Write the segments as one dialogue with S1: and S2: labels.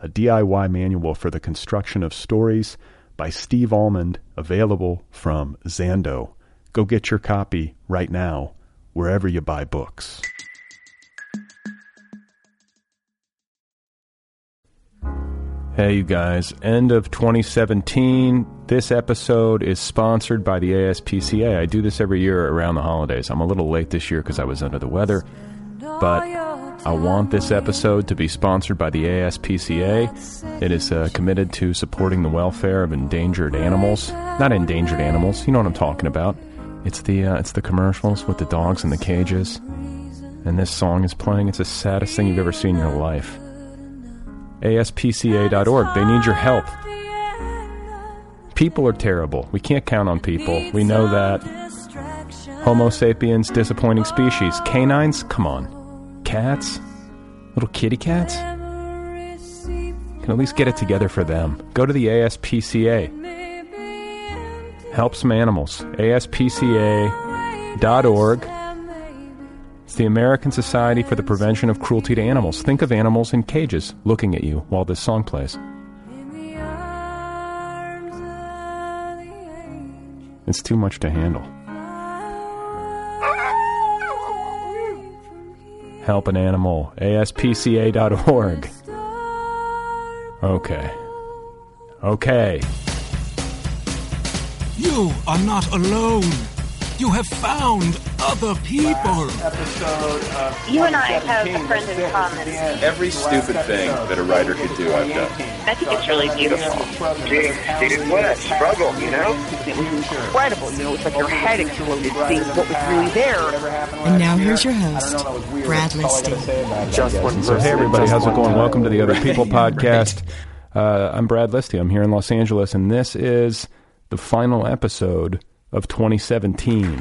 S1: a DIY manual for the construction of stories by Steve Almond, available from Zando. Go get your copy right now, wherever you buy books. Hey, you guys, end of 2017. This episode is sponsored by the ASPCA. I do this every year around the holidays. I'm a little late this year because I was under the weather but I want this episode to be sponsored by the ASPCA. It is uh, committed to supporting the welfare of endangered animals. Not endangered animals, you know what I'm talking about. It's the uh, it's the commercials with the dogs in the cages, and this song is playing. It's the saddest thing you've ever seen in your life. ASPCA.org. They need your help. People are terrible. We can't count on people. We know that. Homo sapiens, disappointing species. Canines? Come on. Cats? Little kitty cats? Can at least get it together for them. Go to the ASPCA. Help some animals. ASPCA.org. It's the American Society for the Prevention of Cruelty to Animals. Think of animals in cages looking at you while this song plays. It's too much to handle. Help an Animal, ASPCA.org. Okay. Okay.
S2: You are not alone. You have found other people.
S3: uh,
S4: You and I have a friend in common.
S5: Every stupid thing that a writer could do, I've done.
S4: I think it's really beautiful.
S6: Dude, dude, what a struggle, you know?
S3: It was incredible. You know, it's like your head exploded seeing what was really there.
S7: And now here's your host, Brad Listy.
S1: So, hey, everybody, how's it going? Welcome to the Other People Podcast. Uh, I'm Brad Listy. I'm here in Los Angeles, and this is the final episode of 2017.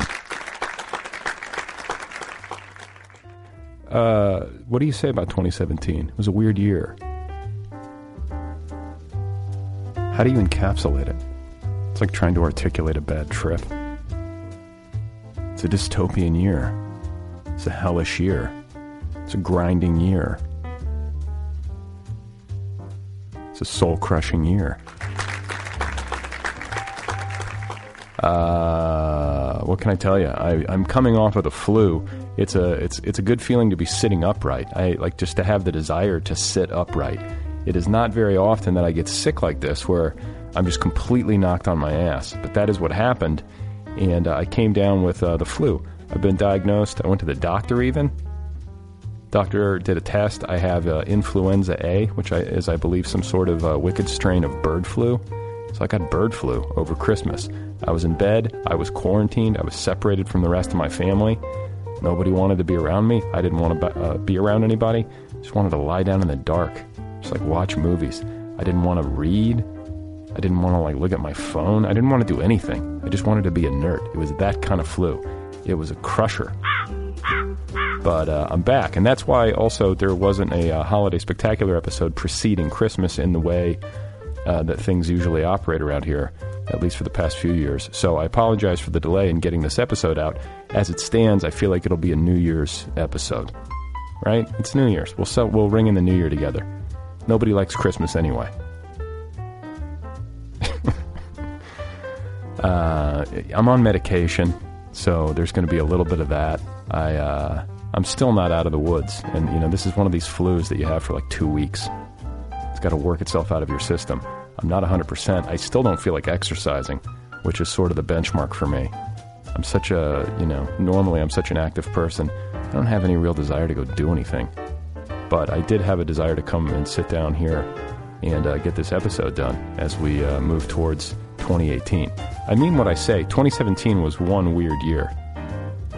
S1: Uh, what do you say about 2017? It was a weird year. How do you encapsulate it? It's like trying to articulate a bad trip. It's a dystopian year. It's a hellish year. It's a grinding year. It's a soul crushing year. Uh, what can I tell you? I, I'm coming off of the flu. It's a it's it's a good feeling to be sitting upright. I like just to have the desire to sit upright. It is not very often that I get sick like this, where I'm just completely knocked on my ass. But that is what happened, and uh, I came down with uh, the flu. I've been diagnosed. I went to the doctor even. Doctor did a test. I have uh, influenza A, which I, is, I believe, some sort of uh, wicked strain of bird flu. So I got bird flu over Christmas. I was in bed. I was quarantined. I was separated from the rest of my family. Nobody wanted to be around me. I didn't want to bu- uh, be around anybody. Just wanted to lie down in the dark, just like watch movies. I didn't want to read. I didn't want to like look at my phone. I didn't want to do anything. I just wanted to be inert. It was that kind of flu. It was a crusher but uh, I'm back, and that's why also there wasn't a uh, holiday spectacular episode preceding Christmas in the way uh, that things usually operate around here, at least for the past few years. So I apologize for the delay in getting this episode out. As it stands, I feel like it'll be a New Year's episode, right? It's New Year's. We'll so, we'll ring in the New Year together. Nobody likes Christmas anyway. uh, I'm on medication, so there's going to be a little bit of that. I uh, I'm still not out of the woods, and you know this is one of these flus that you have for like two weeks. It's got to work itself out of your system. I'm not 100%. I still don't feel like exercising, which is sort of the benchmark for me. I'm such a, you know, normally I'm such an active person. I don't have any real desire to go do anything. But I did have a desire to come and sit down here and uh, get this episode done as we uh, move towards 2018. I mean what I say. 2017 was one weird year.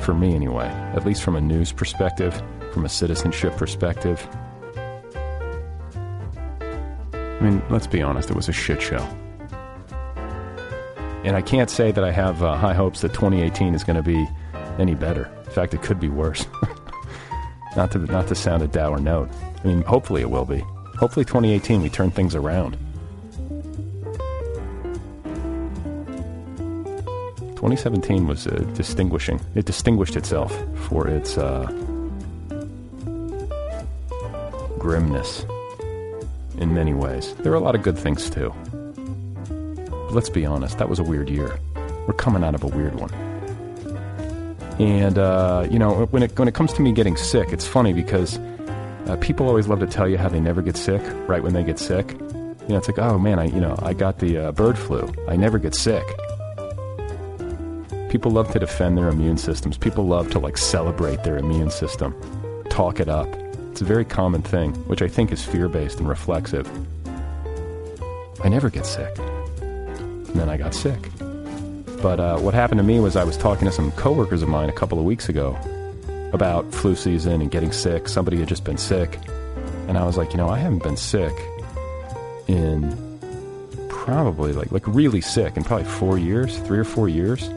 S1: For me, anyway. At least from a news perspective, from a citizenship perspective. I mean, let's be honest, it was a shit show. And I can't say that I have uh, high hopes that 2018 is going to be any better. In fact, it could be worse. not to not to sound a dour note. I mean, hopefully it will be. Hopefully 2018 we turn things around. 2017 was uh, distinguishing. It distinguished itself for its uh, grimness in many ways. There are a lot of good things too. But let's be honest, that was a weird year. We're coming out of a weird one. And uh, you know, when it when it comes to me getting sick, it's funny because uh, people always love to tell you how they never get sick. Right when they get sick, you know, it's like, oh man, I you know, I got the uh, bird flu. I never get sick. People love to defend their immune systems. People love to like celebrate their immune system, talk it up. It's a very common thing, which I think is fear-based and reflexive. I never get sick, and then I got sick. But uh, what happened to me was I was talking to some coworkers of mine a couple of weeks ago about flu season and getting sick. Somebody had just been sick, and I was like, you know, I haven't been sick in probably like like really sick in probably four years, three or four years.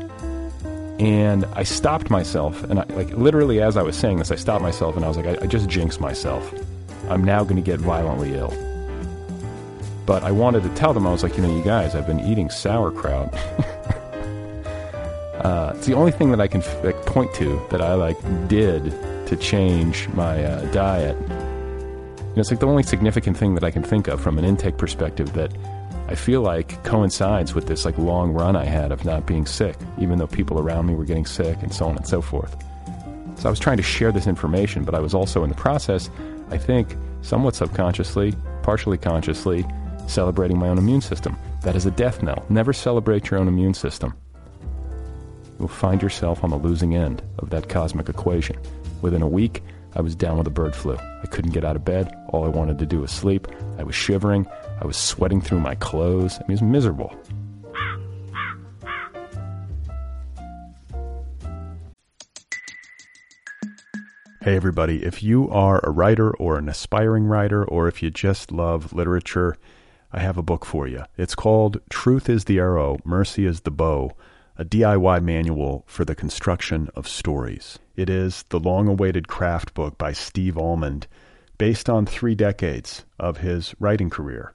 S1: And I stopped myself, and I, like literally as I was saying this, I stopped myself, and I was like, I, I just jinxed myself. I'm now going to get violently ill. But I wanted to tell them, I was like, you know, you guys, I've been eating sauerkraut. Uh, it's the only thing that I can like, point to that I like did to change my uh, diet. You know, it's like the only significant thing that I can think of from an intake perspective that I feel like coincides with this like long run I had of not being sick, even though people around me were getting sick and so on and so forth. So I was trying to share this information, but I was also in the process, I think, somewhat subconsciously, partially consciously, celebrating my own immune system. That is a death knell. Never celebrate your own immune system you'll find yourself on the losing end of that cosmic equation. Within a week, I was down with the bird flu. I couldn't get out of bed. All I wanted to do was sleep. I was shivering. I was sweating through my clothes. I mean, it was miserable. Hey, everybody. If you are a writer or an aspiring writer, or if you just love literature, I have a book for you. It's called Truth is the Arrow, Mercy is the Bow a DIY manual for the construction of stories. It is the long awaited craft book by Steve Almond, based on three decades of his writing career,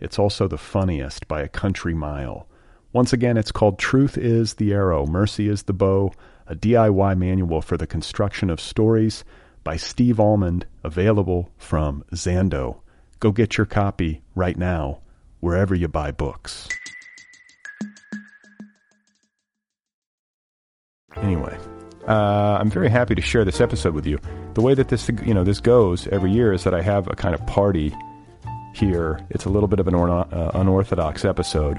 S1: It's also the funniest by a country mile. Once again, it's called Truth is the Arrow, Mercy is the Bow, a DIY manual for the construction of stories by Steve Almond, available from Zando. Go get your copy right now, wherever you buy books. anyway uh, i'm very happy to share this episode with you the way that this you know this goes every year is that i have a kind of party here it's a little bit of an orno- uh, unorthodox episode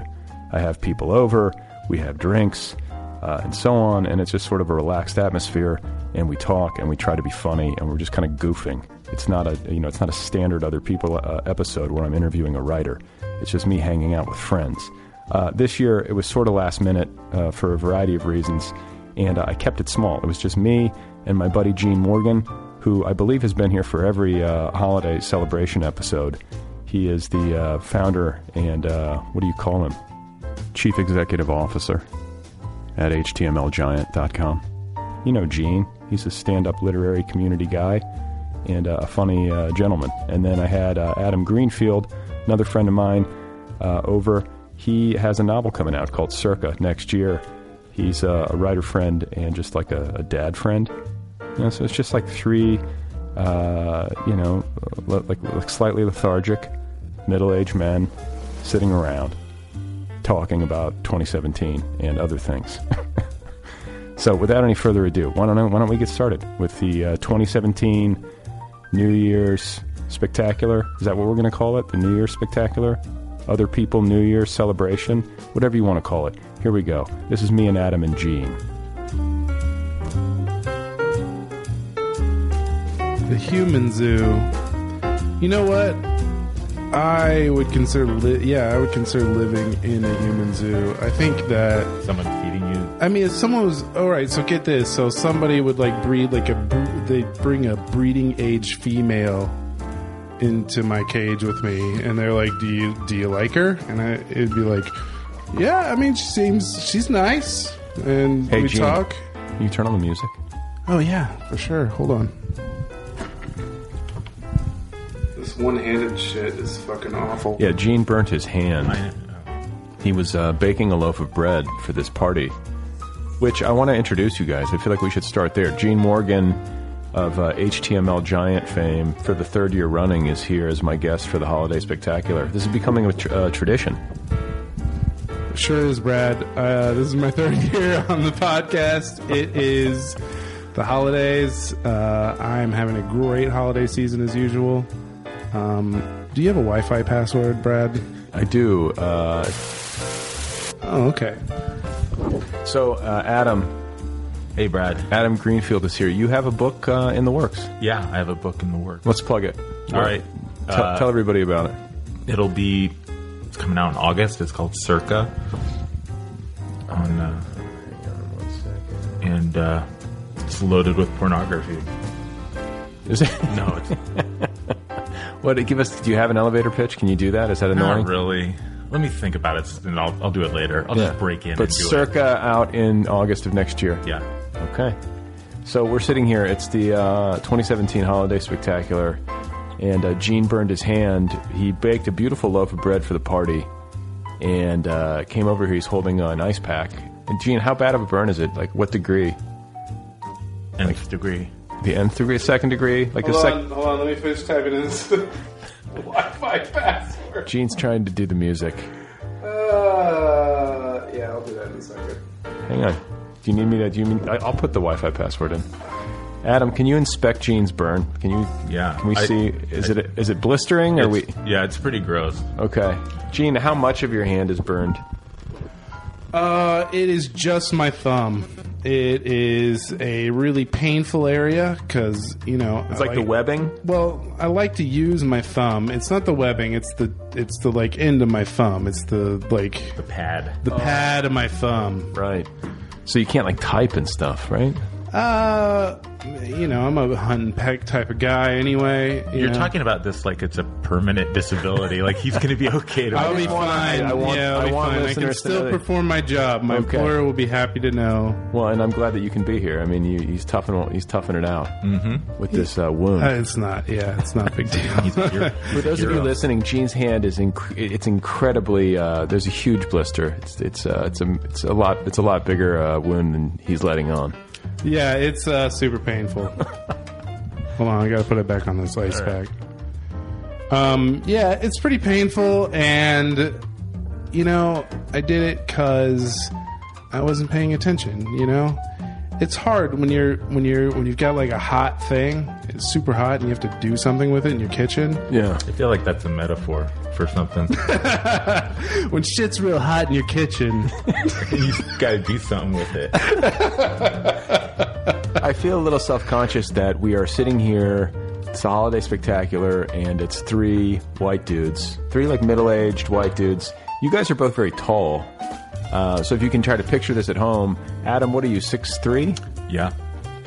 S1: i have people over we have drinks uh, and so on and it's just sort of a relaxed atmosphere and we talk and we try to be funny and we're just kind of goofing it's not a you know it's not a standard other people uh, episode where i'm interviewing a writer it's just me hanging out with friends Uh, this year it was sort of last minute uh, for a variety of reasons and uh, I kept it small. It was just me and my buddy Gene Morgan, who I believe has been here for every uh, holiday celebration episode. He is the uh, founder and uh, what do you call him? Chief Executive Officer at HTMLGiant.com. You know Gene, he's a stand up literary community guy and uh, a funny uh, gentleman. And then I had Adam Greenfield, another friend of mine, uh, over He has a novel coming out called Circa next year. He's uh, a writer friend and just like a, a dad friend. You know, so it's just like three, uh, you know, le- like, like slightly lethargic, middle-aged men sitting around talking about 2017 and other things. so, without any further ado, why don't I, why don't we get started with the uh, 2017 New Year's Spectacular? Is that what we're going to call it? The New Year's Spectacular? Other people, New Year's celebration, whatever you want to call it. Here we go. This is me and Adam and Gene.
S8: The Human Zoo. You know what? I would consider, li- yeah, I would consider living in a human zoo. I think that
S9: Someone feeding you.
S8: I mean, if someone was all right, so get this: so somebody would like breed like a br- they bring a breeding age female into my cage with me, and they're like, "Do you do you like her?" And I it'd be like, "Yeah, I mean, she seems she's nice." And
S1: Hey,
S8: we
S1: Gene.
S8: talk.
S1: Can you turn on the music?
S8: Oh yeah, for sure. Hold on. This one-handed shit is fucking awful.
S1: Yeah, Gene burnt his hand.
S9: I- oh.
S1: He was uh, baking a loaf of bread for this party, which I want to introduce you guys. I feel like we should start there. Gene Morgan of uh, HTML Giant fame for the third year running is here as my guest for the Holiday Spectacular. This is becoming a tr- uh, tradition.
S8: Sure is, Brad. Uh, this is my third year on the podcast. It is the holidays. Uh, I'm having a great holiday season as usual. Um, do you have a Wi Fi password, Brad?
S1: I do. Uh,
S8: Oh, okay.
S1: so, uh, Adam,
S9: Hey, Brad.
S1: Adam Greenfield is here. You have a book uh, in the works.
S9: Yeah, I have a book in the works.
S1: Let's plug it.
S9: All right.
S1: Tell-
S9: Uh,
S1: tell everybody about it.
S9: It'll be it's coming out in August. It's called Circa. On. Uh, and uh, it's loaded with pornography.
S1: Is it?
S9: No, it's
S1: What? Give us. Do you have an elevator pitch? Can you do that? Is that annoying?
S9: not really. Let me think about it, and I'll, I'll do it later. I'll just break in.
S1: But
S9: and do
S1: circa out in August of next year.
S9: It. Yeah.
S1: Okay. So we're sitting here. It's the uh, 2017 Holiday Spectacular, and uh, Gene burned his hand. He baked a beautiful loaf of bread for the party, and uh, came over here. He's holding an ice pack. And Gene, how bad of a burn is it? Like what degree?
S9: Nth degree.
S1: The nth degree, second degree, like a second.
S8: hold on. Let me finish typing in this Wi Fi password.
S1: Gene's trying to do the music.
S8: Uh, yeah, I'll do that in a second.
S1: Hang on. Do you need me to? Do you mean? I, I'll put the Wi-Fi password in. Adam, can you inspect Gene's burn? Can you?
S9: Yeah,
S1: Can we
S9: I-
S1: see? Is it is it blistering? Or we?
S9: It's- Yeah, it's pretty gross.
S1: Okay, Gene, how much of your hand is burned?
S8: Uh, it is just my thumb. It is a really painful area because you know
S1: It's like, the webbing.
S8: Well, I like to use my thumb. It's not the webbing. It's the it's the like end of my thumb. It's the like
S9: The pad.
S1: Oh.
S8: the pad of my thumb.
S1: Right. So you can't like type and stuff, right?
S8: Uh, you know, I'm a hunt and peck type of guy anyway. you
S9: You're
S8: know.
S9: talking about this like it's a permanent disability. like he's going to be okay. To
S8: I'll be
S1: want-
S8: fine.
S1: I want-
S8: yeah, I'll
S1: I
S8: be
S1: want
S8: fine. I can
S1: listeners to
S8: still
S1: know that-
S8: perform my job. My
S1: Okay.
S8: employer will be happy to know.
S1: Well, and I'm glad that you can be here. I mean, you, he's toughing he's toughing it out
S9: Mm-hmm.
S1: with this uh, wound.
S8: Uh, it's not. Yeah, it's not a big
S9: He's
S8: deal.
S9: a hero.
S1: For those of you
S9: Hero.
S1: listening, Gene's hand is inc- it's incredibly uh, there's a huge blister. It's it's uh, it's a it's a lot it's a lot bigger uh, wound than he's letting on.
S8: yeah, it's uh, super painful. Hold on, I gotta put it back on this ice pack. Um, yeah, it's pretty painful, and you know, I did it because I wasn't paying attention. You know, it's hard when you're when you're when you've got like a hot thing. It's super hot, and you have to do something with it in your kitchen.
S1: Yeah.
S9: I feel like that's a metaphor for something.
S8: When shit's real hot in your kitchen,
S9: you got to do something with it.
S1: I feel a little self conscious that we are sitting here. It's a holiday spectacular, and it's three white dudes, three like middle aged white dudes. You guys are both very tall. Uh, so if you can try to picture this at home, Adam, what are you, six three?
S9: Yeah.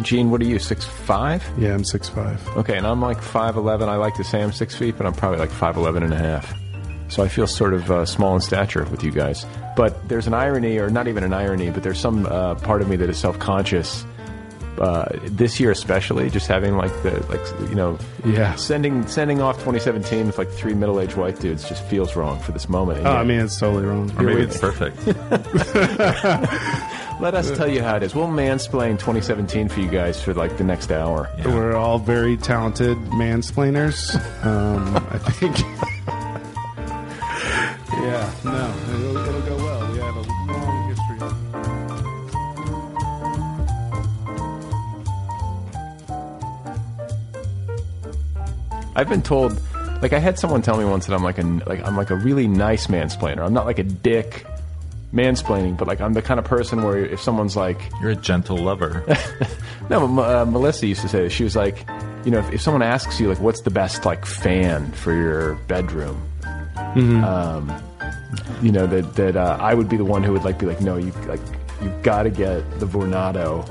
S1: Gene, what are you, six five?
S8: yeah, I'm six five.
S1: Okay, and I'm like 5'11. I like to say I'm 6 feet, but I'm probably like 5'11 and a half. So I feel sort of uh, small in stature with you guys. But there's an irony, or not even an irony, but there's some uh, part of me that is self conscious uh, this year especially, just having like the like you know
S8: Yeah.
S1: sending sending off 2017 with like three middle aged white dudes just feels wrong for this moment. And
S8: Oh,
S1: yet-
S8: I mean, it's totally wrong.
S9: Or maybe it's perfect.
S1: Let us tell you how it is. We'll mansplain 2017 for you guys for like the next hour.
S8: We're all very talented mansplainers. Um, I think. yeah, no, it'll, it'll go well. We have a long history. of
S1: I've been told, like I had someone tell me once that I'm like a like I'm like a really nice mansplainer. I'm not like a dick mansplaining, but like I'm the kind of person where if someone's like,
S9: You're a gentle lover.
S1: no, but, uh, Melissa used to say this. She was like, you know, if, if someone asks you like, what's the best like fan for your bedroom, um, you know that that uh, I would be the one who would like be like, no, you like you've got to get the Vornado.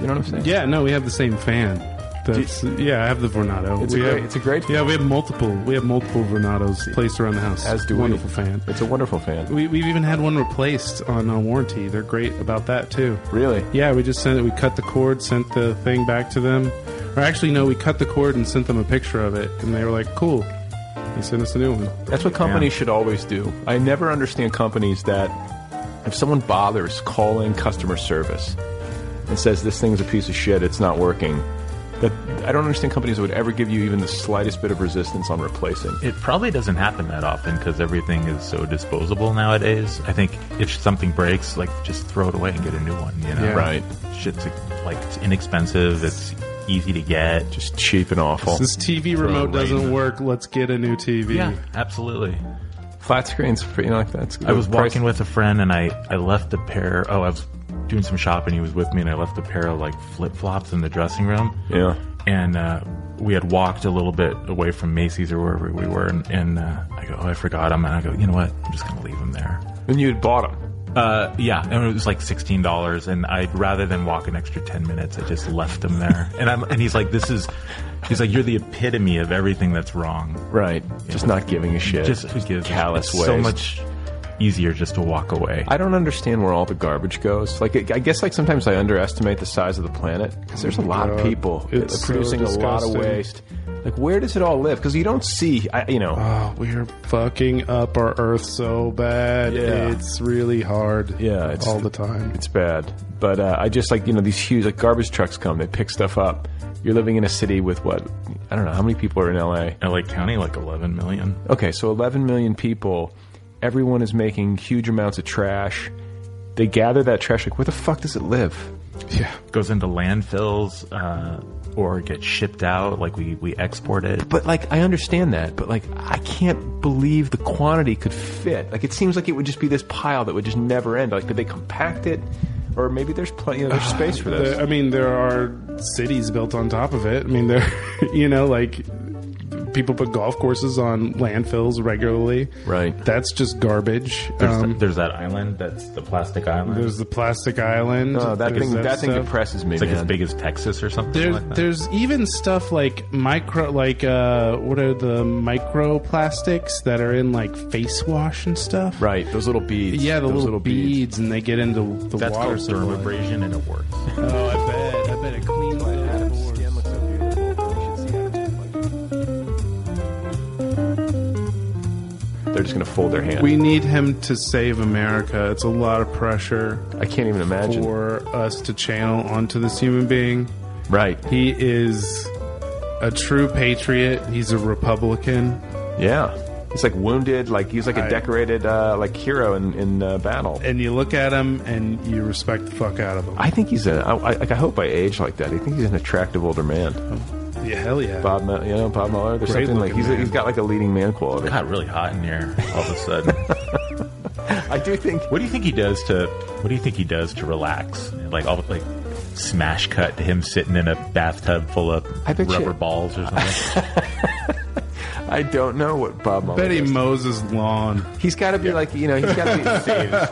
S1: You know what I'm saying?
S8: Yeah, no, we have the same fan. That's, yeah, I have the Vernado.
S1: It's a
S8: we
S1: great-
S8: have,
S1: it's a great
S8: Yeah, we have multiple. We have multiple Vernados placed around the house.
S1: As do we.
S8: wonderful fan.
S1: It's a wonderful fan.
S8: We, we've even had one replaced on uh, warranty. They're great about that too.
S1: Really?
S8: Yeah, we just sent it. We cut the cord, sent the thing back to them. Or actually, no, we cut the cord and sent them a picture of it, and they were like, "Cool." They sent us a new one.
S1: That's what companies should always do. I never understand companies that if someone bothers calling customer service and says this thing's a piece of shit, it's not working. That I don't understand companies that would ever give you even the slightest bit of resistance on replacing.
S9: It probably doesn't happen that often because everything is so disposable nowadays. I think if something breaks, like just throw it away and get a new one. You know,
S8: Yeah.
S1: Right.
S9: Shit's like it's inexpensive. It's easy to get. Just
S1: Just cheap and awful.
S8: This TV remote doesn't work. Let's get a new TV.
S9: yeah, absolutely.
S1: Flat screens, you know, like that's.
S9: I was
S1: price-
S9: walking with a friend and I I left a pair. Oh, I was doing some shopping. He was with me and I left a pair of like flip flops in the dressing room.
S1: Yeah.
S9: and uh, we had walked a little bit away from Macy's or wherever we were, and, and uh, I go, oh, I forgot them, and I go, you know what, I'm just gonna leave them there.
S1: And you had bought them.
S9: Uh, yeah, and it was like sixteen dollars, and I rather than walk an extra ten minutes, I just left them there. And I'm, and he's like, this is, he's like, you're the epitome of everything that's wrong.
S1: Right. Just not giving a shit.
S9: Just who gives a-
S1: callous
S9: it's So
S1: waste.
S9: much easier just to walk away.
S1: I don't understand where all the garbage goes. Like, I I guess like sometimes I underestimate the size of the planet because there's a lot of
S8: God.
S1: people
S8: Uh, It's
S1: that are producing a
S8: so
S1: lot of
S8: disgusting.
S1: waste. Like, where does it all live? Because you don't see, I, you know.
S8: Oh, we are fucking up our Earth so bad.
S1: Yeah.
S8: It's really hard.
S1: Yeah, it's-
S8: all the time.
S1: it's bad. But uh, I just like you know these huge like garbage trucks come. They pick stuff up. You're living in a city with what I don't know how many people are in L.A.
S9: LA County, like eleven million.
S1: Okay, so 11 million people. Everyone is making huge amounts of trash. They gather that trash. Like, where the fuck does it live?
S8: Yeah,
S9: goes into landfills uh, or gets shipped out. Like we we export it.
S1: But like, I understand that. But like, I can't believe the quantity could fit. Like, it seems like it would just be this pile that would just never end. Like, could they compact it? Or maybe there's plenty you know, there's space for this.
S8: The- I mean, there are cities built on top of it. I mean, there, you know, like people put golf courses on landfills regularly.
S1: Right.
S8: That's just garbage.
S9: There's,
S8: um,
S9: there's that island. That's the plastic island.
S8: There's the plastic island.
S1: Oh, that
S8: There's
S1: thing, that thing
S8: stuff.
S1: depresses me.
S9: it's like
S1: man.
S9: as big as Texas or something.
S8: There's
S9: like that.
S8: there's even stuff like micro, like uh, what are the microplastics that are in like face wash and stuff?
S1: Right, those little beads.
S8: Yeah, the
S1: those
S8: little, beads, and they get into the
S9: that's
S8: water.
S9: called thermobrasion, and it works.
S8: Oh, I bet. I bet it cleans that.
S1: They're just gonna fold their hand.
S8: We need him to save America. It's a lot of pressure
S1: I can't even imagine.
S8: for us to channel onto this human being.
S1: right?
S8: He is a true patriot. He's a Republican.
S1: Yeah, he's like wounded. Like he's like a
S8: I-
S1: decorated uh, like hero in in uh, battle.
S8: And you look at him and you respect the fuck out of him.
S1: I think he's a. I, I, like I hope I age like that. I think he's an attractive older man.
S8: yeah, hell yeah.
S1: Bob, Ma- you know Bob Mueller. There's
S8: Great
S1: something like
S8: looking
S1: he's,
S8: man.
S1: he's got like a leading man quality.
S9: Got really hot in here all of a sudden.
S1: I do think.
S9: what do you think he does to? What do you think he does to relax? Like all like smash cut to him sitting in a bathtub full of
S1: I bet you-
S9: rubber balls or something.
S1: I don't know what Bob Mueller.
S8: Betty
S1: does.
S8: Moses lawn.
S1: He's got to be like you know. He's got to be.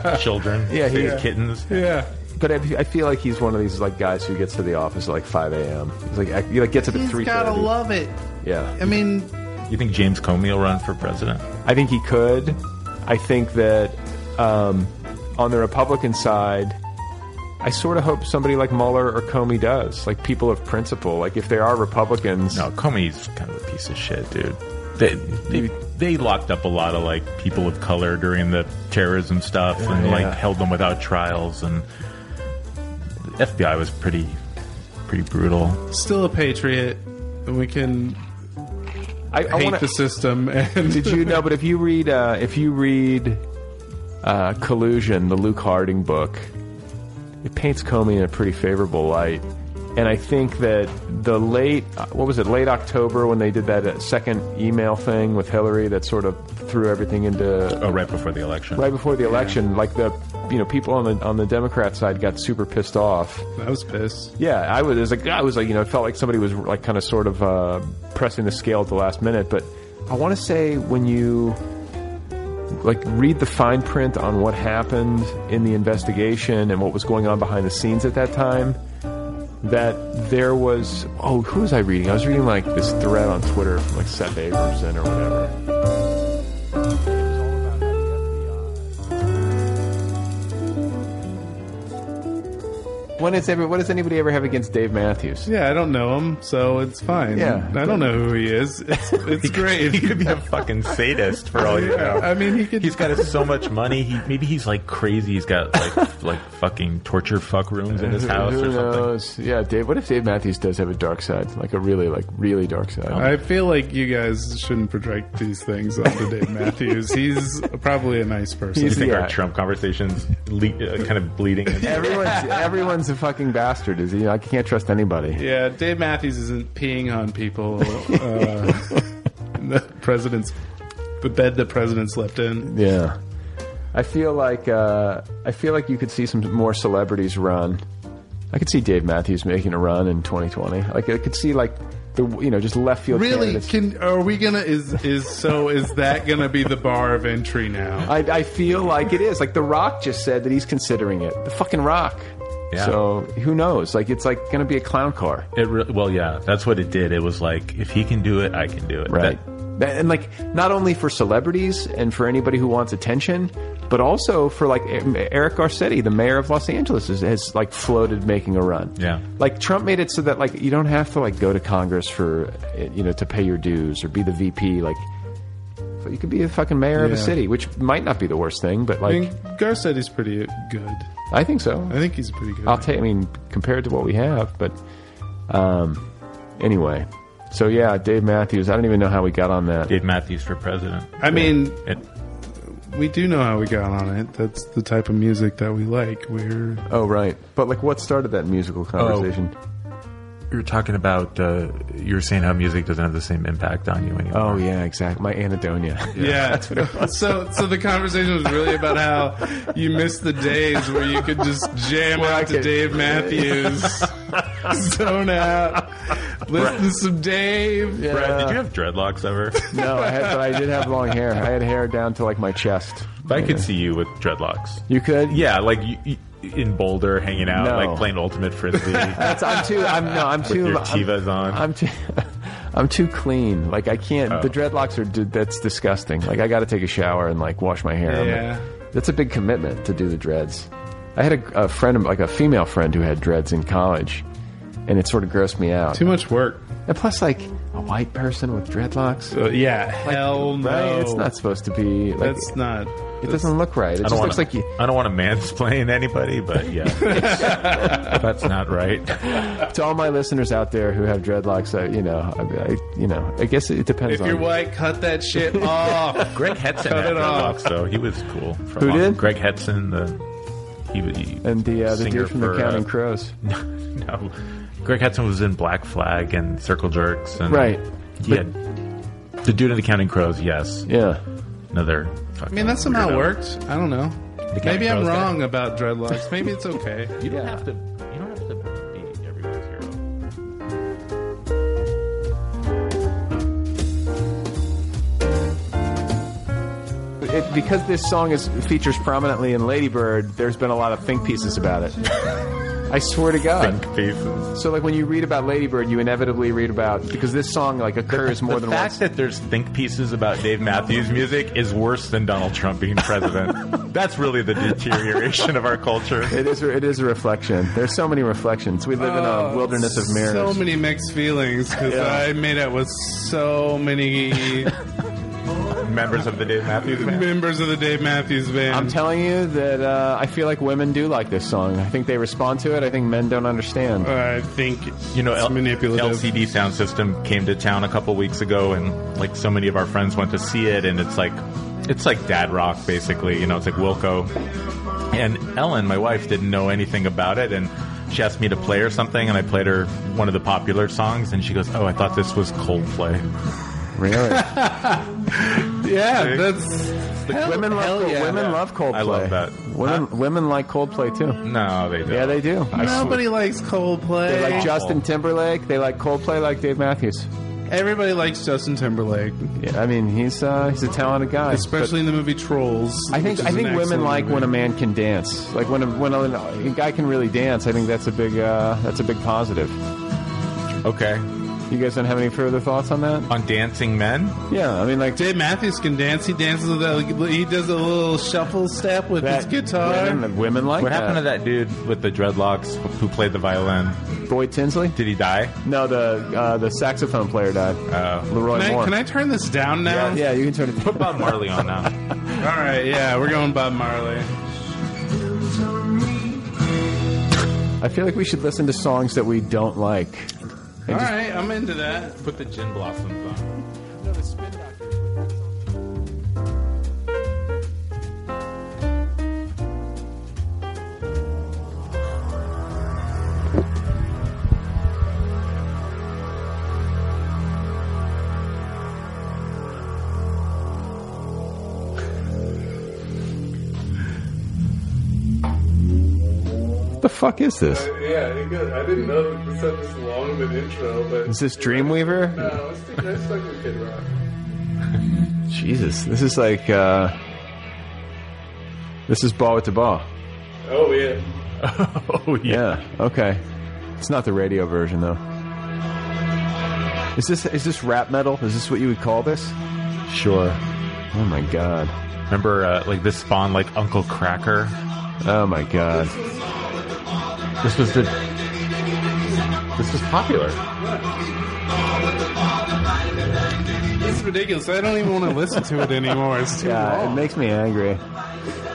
S9: saves children.
S1: Yeah, he-
S9: saves kittens.
S8: Yeah.
S1: But I, I feel like he's one of these like guys who gets to the office at like 5 a.m. He's like act- he like gets up at
S8: He's
S1: three
S8: gotta
S1: thirty.
S8: love it.
S1: Yeah,
S8: I mean,
S9: You think James Comey will run for president?
S1: I think he could. I think that um, on the Republican side, I sort of hope somebody like Mueller or Comey does, like people of principle. Like if they are Republicans,
S9: No, Comey's kind of a piece of shit, dude. They, they they locked up a lot of like people of color during the terrorism stuff, and
S1: Yeah.
S9: like held them without trials. And the FBI was pretty pretty brutal.
S8: Still a patriot. and We can
S1: I, I
S8: hate
S1: wanna,
S8: the system. And
S1: Did you know? But if you read, uh, if you read uh, Collusion, the Luke Harding book, it paints Comey in a pretty favorable light. And I think that the late, uh, what was it, late October when they did that uh, second email thing with Hillary that sort of threw everything into
S9: Oh, right before the election.
S1: right before the election. Like the you know people on the on the Democrat side got super pissed off.
S8: I was pissed.
S1: Yeah, I was, it was like I was like you know it felt like somebody was like kind of sort of uh, pressing the scale at the last minute. But I want to say when you like read the fine print on what happened in the investigation and what was going on behind the scenes at that time, that there was oh who was I reading? I was reading like this thread on Twitter from like Seth Abramson or whatever. When is every, what does anybody ever have against Dave Matthews?
S8: Yeah, I don't know him, so it's fine.
S1: Yeah.
S8: I don't know who he is. It's, it's
S9: He
S8: great.
S9: could be a fucking sadist for all you know.
S8: I mean, he could.
S9: He's got so much money. He maybe he's like crazy. He's got like like fucking torture fuck rooms in his house
S1: Who
S9: or something.
S1: knows? Yeah, Dave. What if Dave Matthews does have a dark side, like a really, like really dark side?
S8: I feel like you guys shouldn't project these things onto Dave Matthews. He's probably a nice person.
S9: You think
S1: Yeah.
S9: our Trump conversations le- uh, kind of bleeding?
S1: everyone's everyone's a fucking bastard. Is he? I can't trust anybody.
S8: yeah, Dave Matthews isn't peeing on people. Uh, the president's the bed the president slept in.
S1: Yeah. I feel like uh, I feel like you could see some more celebrities run. I could see Dave Matthews making a run in 2020. Like I could see like the you know just left field.
S8: Really?
S1: candidates.
S8: Can are we gonna is is so is that gonna be the bar of entry now?
S1: I, I feel like it is. Like The Rock just said that he's considering it. The fucking Rock.
S9: Yeah.
S1: So who knows? Like it's like going to be a clown car.
S9: It re- well, yeah, that's what it did. It was like if he can do it, I can do it.
S1: Right.
S9: That-
S1: That- and like not only for celebrities and for anybody who wants attention, but also for like E- Eric Garcetti, the mayor of Los Angeles, is, has like floated making a run.
S9: Yeah.
S1: Like Trump made it so that like you don't have to like go to Congress for you know to pay your dues or be the VP. Like you could be the fucking mayor of a
S8: Yeah.
S1: city, which might not be the worst thing, but
S8: I
S1: like
S8: mean, Garcetti's pretty good.
S1: I think so.
S8: I think he's pretty good.
S1: I'll take. I mean, compared to what we have, but um, anyway. So yeah, Dave Matthews. I don't even know how we got on that.
S9: Dave Matthews for president.
S8: I mean,
S9: It,
S8: we do know how we got on it. That's the type of music that we like. We're
S1: Oh right, but like, what started that musical conversation?
S9: you were talking about uh, you were saying how music doesn't have the same impact on you anymore.
S1: Oh, yeah, exactly. My anhedonia.
S8: Yeah. So, so the conversation was really about how you miss the days where you could just jam
S1: Where I
S8: out to
S1: could-
S8: Dave Matthews, zone out, listen to some Dave.
S9: Brad, did you have dreadlocks ever? if
S1: no, I had, but I did have long hair. I had hair down to like my chest.
S9: I could see you with dreadlocks,
S1: You could.
S9: yeah, like you, you, in Boulder, hanging out,
S1: No.
S9: like playing ultimate frisbee.
S1: That's, I'm too. I'm no. I'm too.
S9: your
S1: I'm-
S9: Tevas on.
S1: I'm too. I'm too clean. Like I can't. The dreadlocks are. dude, That's disgusting. Like I got to take a shower and like wash my hair. I'm like-
S8: Yeah.
S1: that's a big commitment to do the dreads. I had a, a friend, of- like a female friend, who had dreads in college, and it sort of grossed me out.
S8: Too much work.
S1: And plus, like a white person with dreadlocks.
S8: Uh, yeah. Hell no.
S1: Right? It's not supposed to be. Like,
S8: That's not.
S1: it doesn't look right. It
S9: I
S1: just
S9: don't
S1: looks like
S9: want
S1: you.
S9: to. I don't want to mansplain anybody, but yeah, that's not right.
S1: To all my listeners out there who have dreadlocks, I, you know, I, I, you know, I guess it depends
S8: If
S1: on
S8: you're white, cut that shit off.
S9: Greg Hetson
S8: Cut
S9: had
S8: it off.
S9: dreadlocks, though. He was cool. for a
S1: Who
S9: long-
S1: did?
S9: Greg Hetson, the he, was- he
S1: and the uh, the
S9: singer
S1: dude from the
S9: for,
S1: Counting
S9: uh,
S1: Crows.
S9: No, Greg Hudson was in Black Flag and Circle Jerks, and
S1: Right.
S9: He had the dude in the Counting Crows. Yes,
S1: Yeah,
S9: another.
S8: I mean, that somehow worked. I don't know. Maybe I'm
S9: Crows guy.
S8: wrong about dreadlocks. Maybe it's okay.
S9: You don't have to. You don't have to be everyone's hero.
S1: it, because this song is features prominently in Lady Bird. There's been a lot of think pieces about it. I swear to God.
S9: think pieces.
S1: So, like, when you read about Ladybird, you inevitably read about because this song like occurs more
S9: the
S1: than
S9: fact
S1: once.
S9: that there's think pieces about Dave Matthews music is worse than Donald Trump being president. That's really the deterioration of our culture.
S1: it is. It is a reflection. There's so many reflections. We live in a wilderness of mirrors.
S8: Oh, So many mixed feelings because I made out with so many
S9: Members of the Dave Matthews Band.
S8: members of the Dave Matthews Band.
S1: I'm telling you that uh, I feel like women do like this song. I think they respond to it. I think men don't understand.
S8: I think
S9: You know,
S8: it's
S9: L-
S8: manipulative.
S9: LCD Sound System came to town a couple weeks ago, and like so many of our friends went to see it, and it's like, it's like dad rock basically. You know, it's like Wilco. And Ellen, my wife, didn't know anything about it, and she asked me to play her something, and I played her one of the popular songs, and she goes, "Oh, I thought this was Coldplay."
S1: Really,
S8: Yeah, that's
S1: women love
S8: hell yeah.
S1: women love Coldplay.
S9: I love that.
S1: Women women like Coldplay too.
S9: No, they don't.
S1: Yeah, they do. I swear.
S8: nobody likes Coldplay.
S1: They like Justin Timberlake. They like Coldplay, like Dave Matthews.
S8: Everybody likes Justin Timberlake,
S1: Yeah, I mean, he's uh, he's a talented guy.
S8: especially in the movie Trolls.
S1: But I think
S8: which
S1: I
S8: is
S1: think
S8: an
S1: women
S8: excellent
S1: like
S8: movie.
S1: when a man can dance. Like when a, when a, a guy can really dance. I think that's a big uh, that's a big positive.
S9: Okay.
S1: You guys don't have any further thoughts on that?
S9: On Dancing Men,
S1: Yeah, I mean, like
S8: Dave Matthews can dance. He dances with that. He does a little shuffle step with
S1: that
S8: his guitar.
S1: Women, women like
S9: what
S1: that.
S9: happened to that dude with the dreadlocks who played the violin?
S1: Boyd Tinsley?
S9: Did he die?
S1: No, the uh, the saxophone player died.
S9: Uh,
S1: Leroy
S8: Can I,
S1: Moore.
S8: can I turn this down now?
S1: yeah, you can turn it.
S9: put Bob Marley on now.
S8: All right. Yeah, we're going Bob Marley.
S1: I feel like we should listen to songs that we don't like.
S8: All right, I'm into that.
S9: Put the gin blossoms on.
S1: What the fuck is this?
S8: Yeah, it goes, I didn't know that this had this long of an intro, but uh,
S1: Is this Dreamweaver?
S8: no, it's us stick with Kid Rock.
S1: Jesus, this is like uh, this is ball with the ball.
S8: Oh yeah.
S9: Oh
S1: Yeah. Okay. It's not the radio version though. Is this is this rap metal? Is this what you would call this?
S9: sure.
S1: Oh my god.
S9: Remember, uh, like this spawned like Uncle Cracker.
S1: Oh my god.
S9: This was the. This was popular.
S8: It's ridiculous. I don't even want to listen to it anymore. It's too
S1: Yeah, it
S8: long.
S1: makes me angry.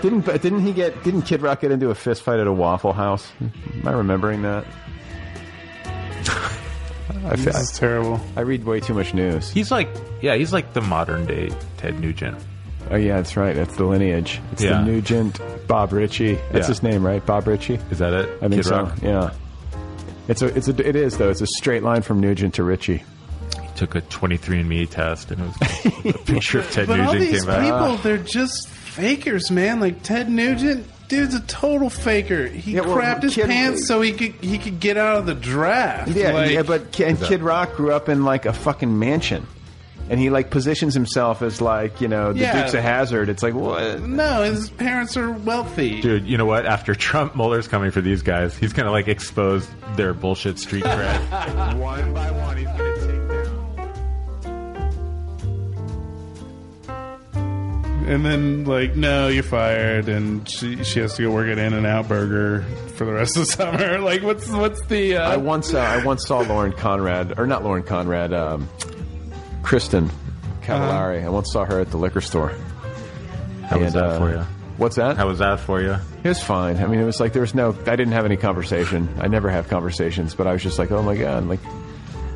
S1: Didn't but didn't he get didn't Kid Rock get into a fist fight at a Waffle House? Am I remembering that? I, fe-
S8: this is terrible.
S1: I read way too much news.
S9: He's like, yeah, he's like the modern day Ted Nugent.
S1: Oh yeah, that's right. That's the lineage. It's
S9: Yeah.
S1: the Nugent Bob Ritchie. That's
S9: Yeah.
S1: his name, right? Bob Ritchie.
S9: Is that it?
S1: I think
S9: Kid
S1: so.
S9: Rock
S1: Yeah. It's a, it's a, it is though. It's a straight line from Nugent to Ritchie.
S9: took a 23andMe test, and it was a picture of Ted
S8: But all
S9: Nugent
S8: these
S9: came back.
S1: Ah.
S8: people, they're just fakers, man. Like Ted Nugent, dude's a total faker. He
S1: Yeah, well,
S8: crapped his
S1: Kid-
S8: pants so he could he could get out of the draft.
S1: Yeah,
S8: like,
S1: yeah, but Ki- and Kid Rock grew up in like a fucking mansion, and he like positions himself as like you know the
S8: Yeah.
S1: Dukes of Hazard. It's like what?
S8: no, his parents are wealthy.
S9: Dude, you know what? After Trump, Mueller's coming for these guys. He's gonna like expose their bullshit street cred. one by one, he's gonna take down.
S8: And then like, no, you're fired, and she she has to go work at In and Out Burger for the rest of the summer. Like, what's what's the? Uh,
S1: I once uh, I once saw Lauren Conrad or not Lauren Conrad, um, Kristen Cavallari. I once saw her at the liquor store.
S9: How Uh-huh. was that
S1: uh,
S9: for you?
S1: What's that?
S9: How was that for you?
S1: It was fine. I mean, it was like there was no. I didn't have any conversation. I never have conversations, but I was just like, oh my god, like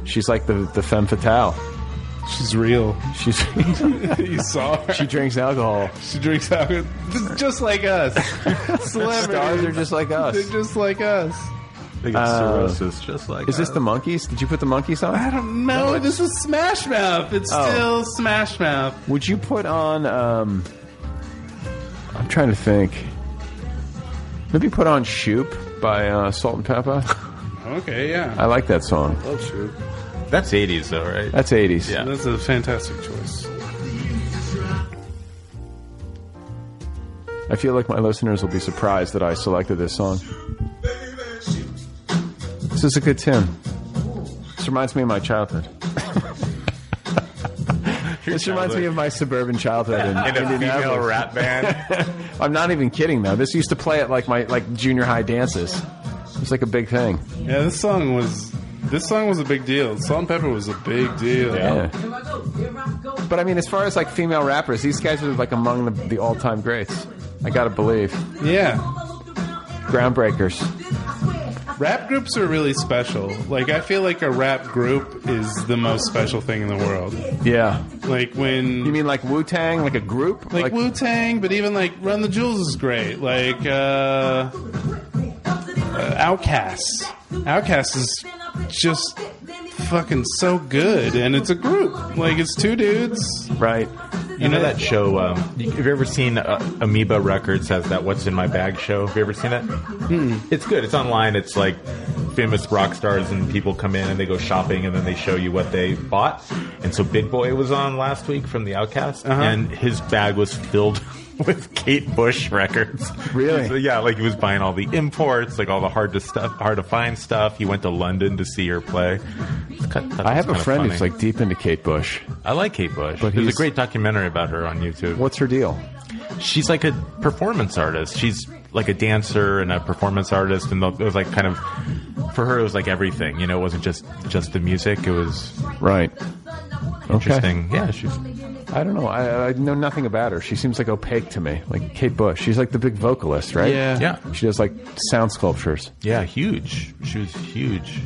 S1: she's like the the femme fatale.
S8: she's real.
S1: She's
S8: you saw her.
S1: she drinks alcohol.
S8: She drinks alcohol. This is just like us. Celebrities.
S1: Stars are just like us.
S8: They're just like us.
S9: They got cirrhosis, just like
S1: Uh, Is this the monkeys? Did you put the monkeys
S8: I
S1: on?
S8: don't know. This was Smash Mouth. It's
S1: Oh.
S8: still Smash Mouth.
S1: Would you put on? um I'm trying to think. Maybe put on "Shoop" by uh, Salt and Pepper.
S8: Okay, yeah.
S1: I like that song.
S8: I love Shoot.
S9: That's 80s though, right?
S1: That's '80s.
S9: Yeah.
S8: That's a fantastic choice.
S1: I feel like my listeners will be surprised that I selected this song. This is a good tune. This reminds me of my childhood. This reminds me of my suburban childhood in,
S9: in a female
S1: Indianapolis.
S9: rap band.
S1: I'm not even kidding though. This used to play at like my like junior high dances. It was like a big thing.
S8: Yeah, this song was this song was a big deal. Salt and Pepper was a big deal.
S1: Yeah. But I mean, as far as like female rappers, these guys are like among the, the all time greats. I gotta believe.
S8: Yeah.
S1: Groundbreakers.
S8: Rap groups are really special. Like I feel like a rap group is the most special thing in the world.
S1: Yeah.
S8: Like when
S1: You mean like Wu Tang, like a group?
S8: like, Wu Tang, but even like Run the Jewels is great. Like uh, Outcast. Outcast is just fucking so good, and it's a group. Like it's two dudes.
S1: Right.
S9: You know that show? Um, have you ever seen uh, Amoeba Records has that "What's in My Bag" show? Have you ever seen that?
S1: Hmm.
S9: It's good. It's online. It's like famous rock stars and people come in and they go shopping and then they show you what they bought. And so Big Boy was on last week from The Outcast,
S1: Uh-huh.
S9: and his bag was filled. With Kate Bush records,
S1: Really?
S9: So, yeah, like he was buying all the imports, like all the hard to stuff, hard to find stuff. He went to London to see her play.
S1: I have a friend who's like deep into Kate Bush.
S9: I like Kate Bush.
S1: But
S9: There's a
S1: he's-
S9: great documentary about her on YouTube.
S1: What's her deal?
S9: She's like a performance artist. She's like a dancer and a performance artist, and it was like kind of for her. It was like everything, you know. It wasn't just just the music. It was
S1: Right.
S9: interesting. Yeah, she's
S1: I don't know. I, I know nothing about her. She seems like opaque to me. Like Kate Bush. She's like the big vocalist, right?
S8: Yeah.
S9: yeah,
S1: She does like sound sculptures.
S9: yeah, huge. She was huge,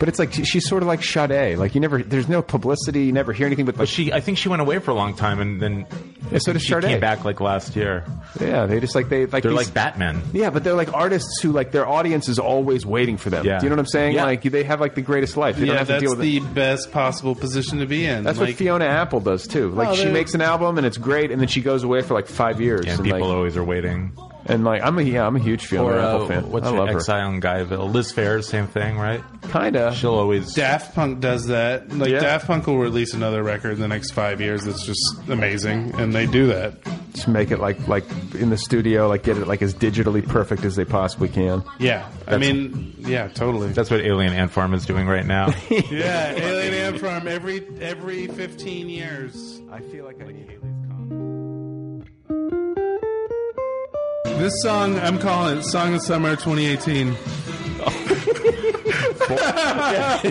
S1: But it's like she- she's sort of like Sade. Like you never, there's no publicity. You never hear anything. But
S9: but
S1: like,
S9: she. I think she went away for a long time, and then
S1: Yeah, so did
S9: she
S1: Sade.
S9: came back like last year.
S1: yeah, they just like they like
S9: They're
S1: these-
S9: like Batman.
S1: Yeah, but they're like artists who like their audience is always waiting for them.
S9: Yeah.
S1: Do you know what I'm saying?
S9: Yeah.
S1: Like they have like the greatest life. They don't
S8: yeah,
S1: have to deal
S8: that's
S1: with
S8: the
S1: it.
S8: best possible position to be in.
S1: That's
S8: like,
S1: what Fiona Apple does too. Like
S8: Oh,
S1: she
S8: they-
S1: makes an album and it's great, and then she goes away for like five years.
S9: Yeah,
S1: and
S9: people
S1: like,
S9: always are waiting.
S1: and like I'm a yeah, I'm a huge Fiona
S9: Or
S1: Apple
S9: uh,
S1: fan.
S9: what's
S1: I
S9: her
S1: love her.
S9: Exile in Guyville? Liz Fair, same thing, right?
S1: Kinda.
S9: She'll always.
S8: Daft Punk does that. Like
S1: Yeah.
S8: Daft Punk will release another record in the next five years that's just amazing, and they do that.
S1: Just make it like like in the studio, like get it like as digitally perfect as they possibly can.
S8: Yeah, I mean, yeah, totally.
S9: That's what Alien Ant Farm is doing right now.
S8: Yeah, Alien Ant Farm every every fifteen years.
S1: I feel like I need.
S8: This song I'm calling it "Song of Summer 2018."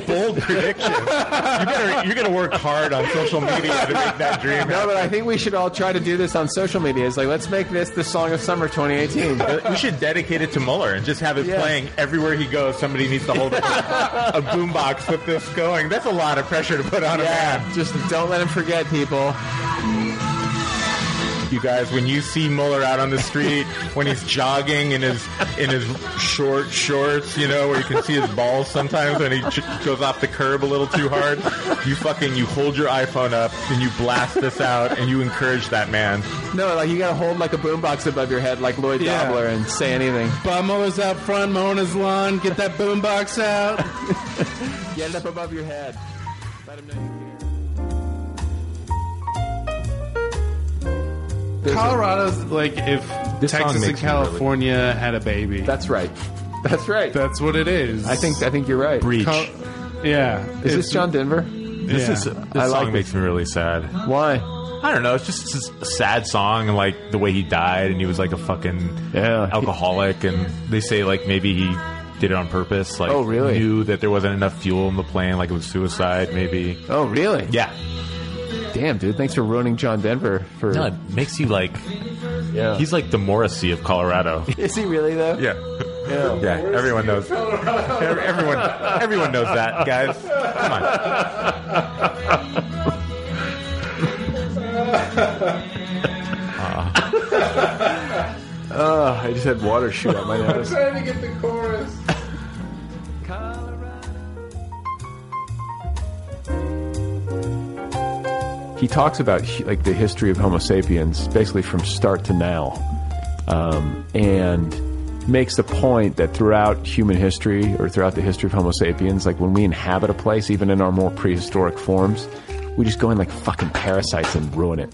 S9: bold prediction. You better, you're going to work hard on social media to make that dream.
S1: No, but I think we should all try to do this on social media. It's like let's make this the song of summer 2018.
S9: We should dedicate it to Mueller and just have it
S1: Yeah.
S9: playing everywhere he goes. Somebody needs to hold a, a boombox with this going. That's a lot of pressure to put on a man.
S1: Just don't let him forget, people.
S9: You guys, when you see Mueller out on the street, when he's jogging in his in his short shorts, you know, where you can see his balls sometimes when he ch- goes off the curb a little too hard, you fucking you hold your iPhone up and you blast this out and you encourage that man.
S1: No, like you gotta hold like a boombox above your head, like Lloyd
S8: Yeah.
S1: Dobler, and say anything.
S8: Bummo's out front mowing his lawn. Get that boombox out.
S1: Get it up above your head. Let him know you care. There's a-
S8: Colorado's like if
S1: This song
S8: Texas and
S1: makes me really-
S8: California had a baby.
S1: that's right. That's right.
S8: That's what it is.
S1: I think I think you're right.
S9: Breach.
S8: Co- yeah.
S1: Is
S8: It's-
S1: this John Denver?
S9: This
S8: Yeah.
S9: is this
S1: I like
S9: song makes me really sad.
S1: Why?
S9: I don't know. It's just it's a sad song, and like the way he died, and he was like a fucking
S1: Yeah.
S9: alcoholic, and they say like maybe he did it on purpose. Like,
S1: Oh, really?
S9: Knew that there wasn't enough fuel in the plane, like it was suicide, maybe.
S1: Oh, really?
S9: Yeah,
S1: Damn, dude. Thanks for ruining John Denver. For
S9: no, it makes you like
S1: yeah.
S9: he's like the Morrissey of Colorado.
S1: is he really though?
S9: Yeah,
S1: Yeah.
S9: yeah. Everyone knows. Ev- Everyone, everyone knows that, guys. Come on.
S1: Ugh, Oh, I just had water shoot out my nose.
S8: trying to get the chorus.
S1: he talks about hu- like the history of Homo sapiens, basically from start to now, um, and makes the point that throughout human history or throughout the history of Homo sapiens, like when we inhabit a place, even in our more prehistoric forms, we just go in like fucking parasites and ruin it.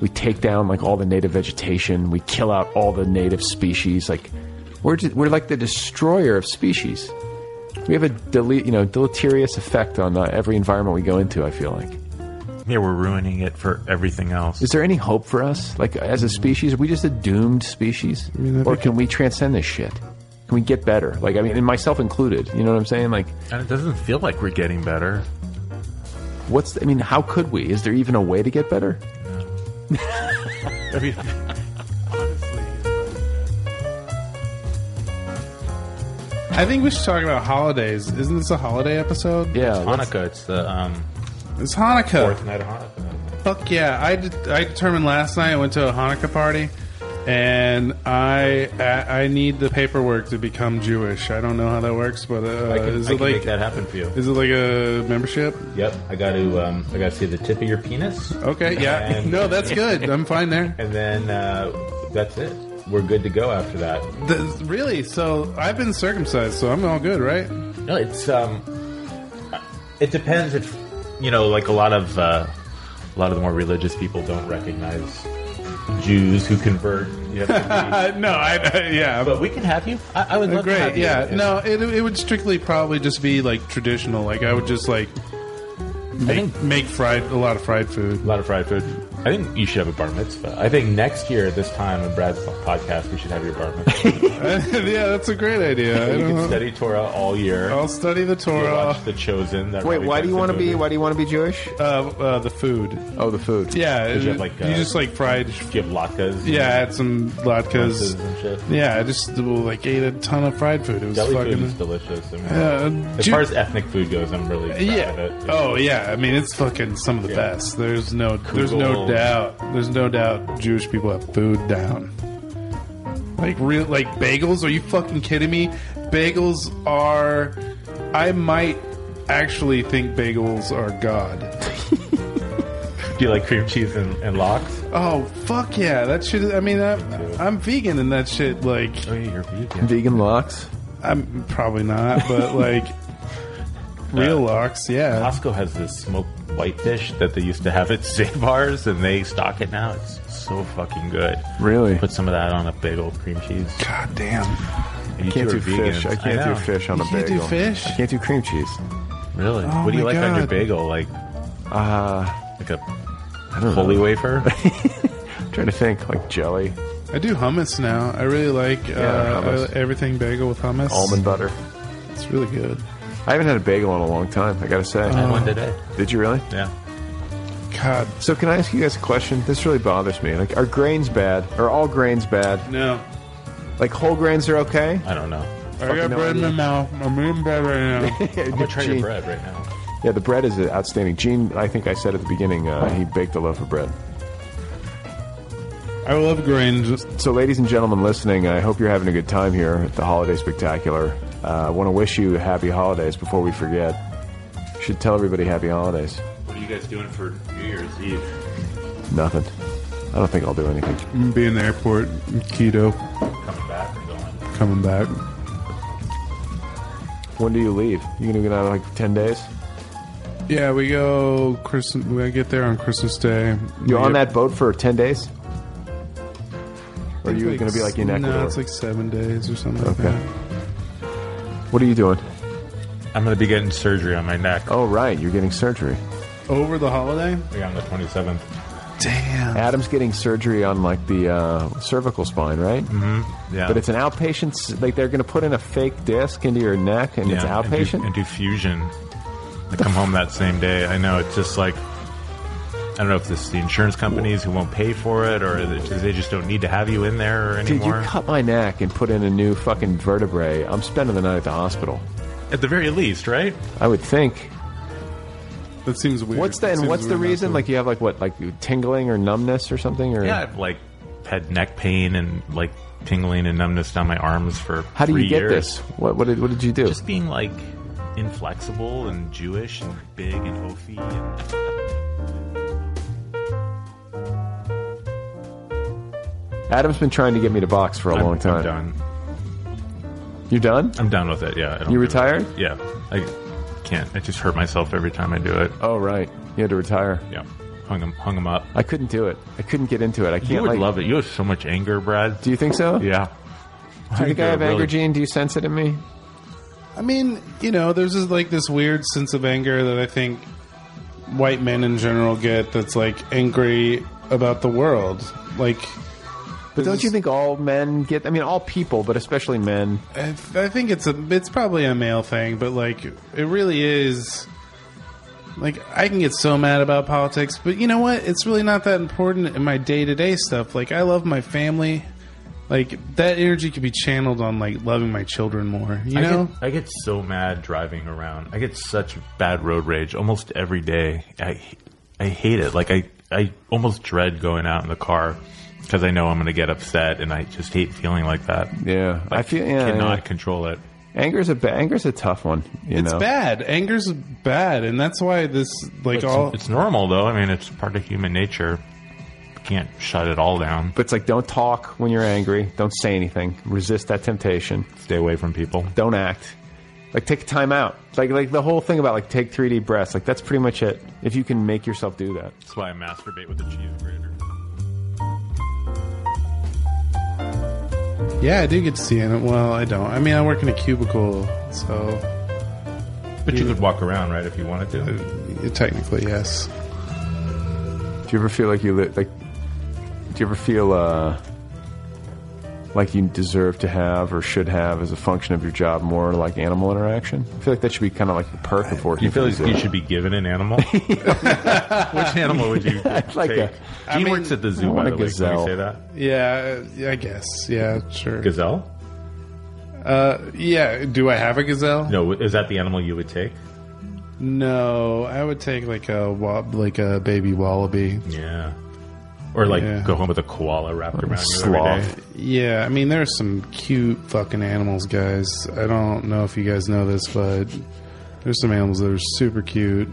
S1: We take down like all the native vegetation, we kill out all the native species. Like we're just, we're like the destroyer of species. We have a dele- you know deleterious effect on uh, every environment we go into. I feel like.
S9: Yeah, we're ruining it for everything else.
S1: Is there any hope for us? Like as a species, are we just a doomed species, or can we transcend this shit? Can we get better? Like I mean, and myself included. You know what I'm saying? Like,
S9: And it doesn't feel like we're getting better.
S1: what's? I mean, how could we? Is there even a way to get better?
S9: I mean,
S8: I think we should talk about holidays. Isn't this a holiday episode?
S1: Yeah, let's-
S9: Hanukkah. It's the um,
S8: It's Hanukkah.
S9: fourth night of Hanukkah.
S8: Fuck yeah! I, de- I determined last night. I went to a Hanukkah party, and I, I I need the paperwork to become Jewish. I don't know how that works, but uh,
S9: I can,
S8: is
S9: I
S8: it
S9: can
S8: like
S9: make that happen for you.
S8: is it like a membership?
S9: Yep, I got to um, I got to see the tip of your penis,
S8: Okay, yeah,
S9: And-
S8: no, that's good. I'm fine there.
S9: and then uh, that's it. We're good to go after that.
S8: The- really? So I've been circumcised, so I'm all good, right?
S9: No, it's um, it depends if you know, like a lot of uh, a lot of the more religious people don't recognize Jews who convert. You have to be-
S8: Uh, no, I, I yeah.
S9: but we can have you. I, I would love to have
S8: Uh, Great,
S9: you.
S8: yeah. No, it, it would strictly probably just be like traditional. Like I would just like make,
S9: think-
S8: make fried a lot of fried food.
S9: A lot of fried food. I think you should have a bar mitzvah. I think next year at this time in Brad's podcast, we should have your bar mitzvah.
S8: yeah, that's a great idea. I
S9: you
S8: don't
S9: can
S8: know.
S9: study Torah all year.
S8: I'll study the
S9: You
S8: Torah.
S9: watch The Chosen. that
S1: Wait,
S9: really
S1: why do you
S9: fancy
S1: want to be?
S9: movie.
S1: Why do you want to be Jewish?
S8: Uh, uh, the food.
S1: Oh, the food.
S8: Yeah,
S9: you have,
S8: it-
S9: like,
S8: you
S9: uh,
S8: just like fried.
S9: Do you have latkes?
S8: Yeah, I had some latkes.
S9: Lunches and shit.
S8: Yeah, I just like ate a ton of fried food. It was
S9: Deli
S8: fucking.
S9: food is delicious. I mean,
S8: Uh,
S9: as
S8: Ju-
S9: far as ethnic food goes, I'm really proud of
S8: Yeah.
S9: it.
S8: Oh, yeah. I mean, it's fucking some of the best. There's no, there's no
S9: Kugel.
S8: doubt. There's no doubt. Jewish people have food down. Like real, like bagels. Are you fucking kidding me? Bagels are. I might actually think bagels are god.
S9: Do you like cream cheese and, and lox?
S8: Oh fuck yeah! That shit. I mean, I'm, I'm vegan and that shit. Like,
S9: Oh yeah, you're vegan.
S1: Vegan locks.
S8: I'm probably not, but like. Real locks, yeah.
S9: Costco has this smoked whitefish that they used to have at Zabar's, and they stock it now. It's so fucking good.
S1: Really?
S9: Put some of that on a bagel with cream cheese.
S8: God damn.
S9: You
S1: I can't
S9: two
S1: do
S9: are
S1: fish.
S9: vegans.
S1: I can't
S9: know.
S1: do fish on
S8: You
S1: a
S8: can't do
S1: bagel.
S8: fish?
S1: I can't do cream cheese.
S9: Really?
S8: Oh
S9: what do you
S8: my
S9: like on your
S8: God.
S9: bagel? Like,
S1: Uh,
S9: like a
S1: I don't
S9: holy
S1: know.
S9: wafer?
S1: I'm trying to think. Like jelly,
S8: I do hummus now. I really like uh,
S1: hummus.
S8: everything bagel with hummus.
S1: almond butter.
S8: It's really good.
S1: I haven't had a bagel in a long time. I gotta say.
S9: I had one today.
S1: Did you really?
S9: Yeah.
S8: God.
S1: So can I ask you guys a question? This really bothers me. Like, are grains bad? Are all grains bad?
S8: No.
S1: Like whole grains are okay?
S9: I don't know.
S8: I got
S1: no
S8: bread in my mouth. I'm eating bread right now.
S9: I'm gonna try your bread right now.
S1: Yeah, the bread is outstanding. Gene, I think I said at the beginning, uh, he baked a loaf of bread.
S8: I love grains.
S1: So, ladies and gentlemen listening, I hope you're having a good time here at the Holiday Spectacular. Uh, I want to wish you happy holidays before we forget. Should tell everybody happy holidays.
S9: What are you guys doing for New Year's Eve?
S1: Nothing. I don't think I'll do anything.
S8: I'm gonna be in the airport. in Keto.
S9: Coming back and going.
S8: Coming back.
S1: When do you leave? You gonna get out in like ten days?
S8: Yeah, we go Christmas. We get there on Christmas Day.
S1: You're
S8: We
S1: on
S8: get-
S1: that boat for ten days? Or are
S8: It's
S1: you gonna be like in
S8: s-
S1: Ecuador?
S8: No, it's like seven days or something like
S1: Okay.
S8: that.
S1: what are you doing?
S9: I'm gonna be getting surgery on my neck.
S1: Oh, right, you're getting surgery.
S8: Over the holiday?
S9: Yeah, on the 27th.
S8: Damn.
S1: Adam's getting surgery on like the uh, cervical spine, right?
S9: Yeah.
S1: But it's an outpatient. s- Like they're going to put in a fake disc into your neck, and it's
S9: Yeah,
S1: outpatient.
S9: And do, and do fusion. I come home that same day. I know it's just like I don't know if this is the insurance companies who won't pay for it, or that they just don't need to have you in there or
S1: Dude, you
S9: anymore.
S1: cut my neck and put in a new fucking vertebrae. I'm spending the night at the hospital.
S9: At the very least, right?
S1: I would think.
S8: That seems weird.
S1: What's the
S8: That
S1: and
S8: seems
S1: what's the
S8: weird not
S1: reason?
S8: to-
S1: Like you have like what like tingling or numbness or something or
S9: Yeah, I've like had neck pain and like tingling and numbness down my arms for
S1: how do
S9: three
S1: you get
S9: years.
S1: this? What what did what did you do?
S9: Just being like inflexible and Jewish and big and oafy. And-
S1: Adam's been trying to get me to box for a
S9: I'm-
S1: long time.
S9: I'm done.
S1: You're done?
S9: I'm done with it. Yeah. I don't
S1: You
S9: give a-
S1: retired?
S9: Yeah. I can't. I just hurt myself every time I do it.
S1: Oh right, you had to retire.
S9: Yeah. Hung him, hung him up.
S1: I couldn't do it. I couldn't get into it. I can't.
S9: You would
S1: like,
S9: love it. You have so much anger, Brad.
S1: Do you think so?
S9: yeah.
S1: Do you think I have anger,
S9: really-
S1: Gene? Do you sense it in me?
S8: I mean, you know, there's this, like this weird sense of anger that I think white men in general get. That's like angry about the world, like.
S1: But don't you think all men get? I mean, all people, but especially men.
S8: I I think it's a it's probably a male thing, but like it really is. Like I can get so mad about politics, but you know what? It's really not that important in my day to day stuff. Like I love my family. Like that energy could be channeled on like loving my children more. You
S9: I
S8: know?
S9: get, I get so mad driving around. I get such bad road rage almost every day. I I hate it. Like I I almost dread going out in the car because I know I'm going to get upset, and I just hate feeling like that.
S1: Yeah, I feel. Yeah,
S9: cannot
S1: yeah.
S9: control it.
S1: Anger's a ba- anger's a tough one. You
S8: It's
S1: know,
S8: bad. Anger's bad, and that's why this like
S9: It's,
S8: all
S9: it's normal though. I mean, it's part of human nature. Can't shut it all down.
S1: but it's like don't talk when you're angry. Don't say anything. Resist that temptation.
S9: Stay away from people.
S1: Don't act. Like take time out. Like like the whole thing about like take three D breaths. Like that's pretty much it. If you can make yourself do that.
S9: That's why I masturbate with a cheese grater.
S8: yeah, I do get to see it. Well, I don't. I mean, I work in a cubicle, so
S9: But you could walk around, right, if you wanted to.
S8: technically yes.
S1: Do you ever feel like you li- like? Do you ever feel uh, like you deserve to have or should have as a function of your job more like animal interaction? I feel like that should be kind of like a perk of working.
S9: You feel like
S1: for
S9: you
S1: the zoo.
S9: should be given an animal? Which animal would you
S1: like
S9: take?
S1: a-
S8: I
S9: he
S8: mean,
S9: works at the zoo,
S1: I
S9: by
S1: want
S9: the
S1: a
S9: way. Can you
S1: gazelle.
S9: say that?
S8: Yeah, I guess. Yeah, sure.
S9: Gazelle?
S8: Uh, yeah. Do I have a gazelle?
S9: No, is that the animal you would take?
S8: No, I would take like a wa- like a baby wallaby.
S9: Yeah. Or like
S8: Yeah.
S9: go home with a koala wrapped around you every
S1: sloth.
S9: day.
S8: Yeah, I mean there are some cute fucking animals, guys. I don't know if you guys know this, but there's some animals that are super cute.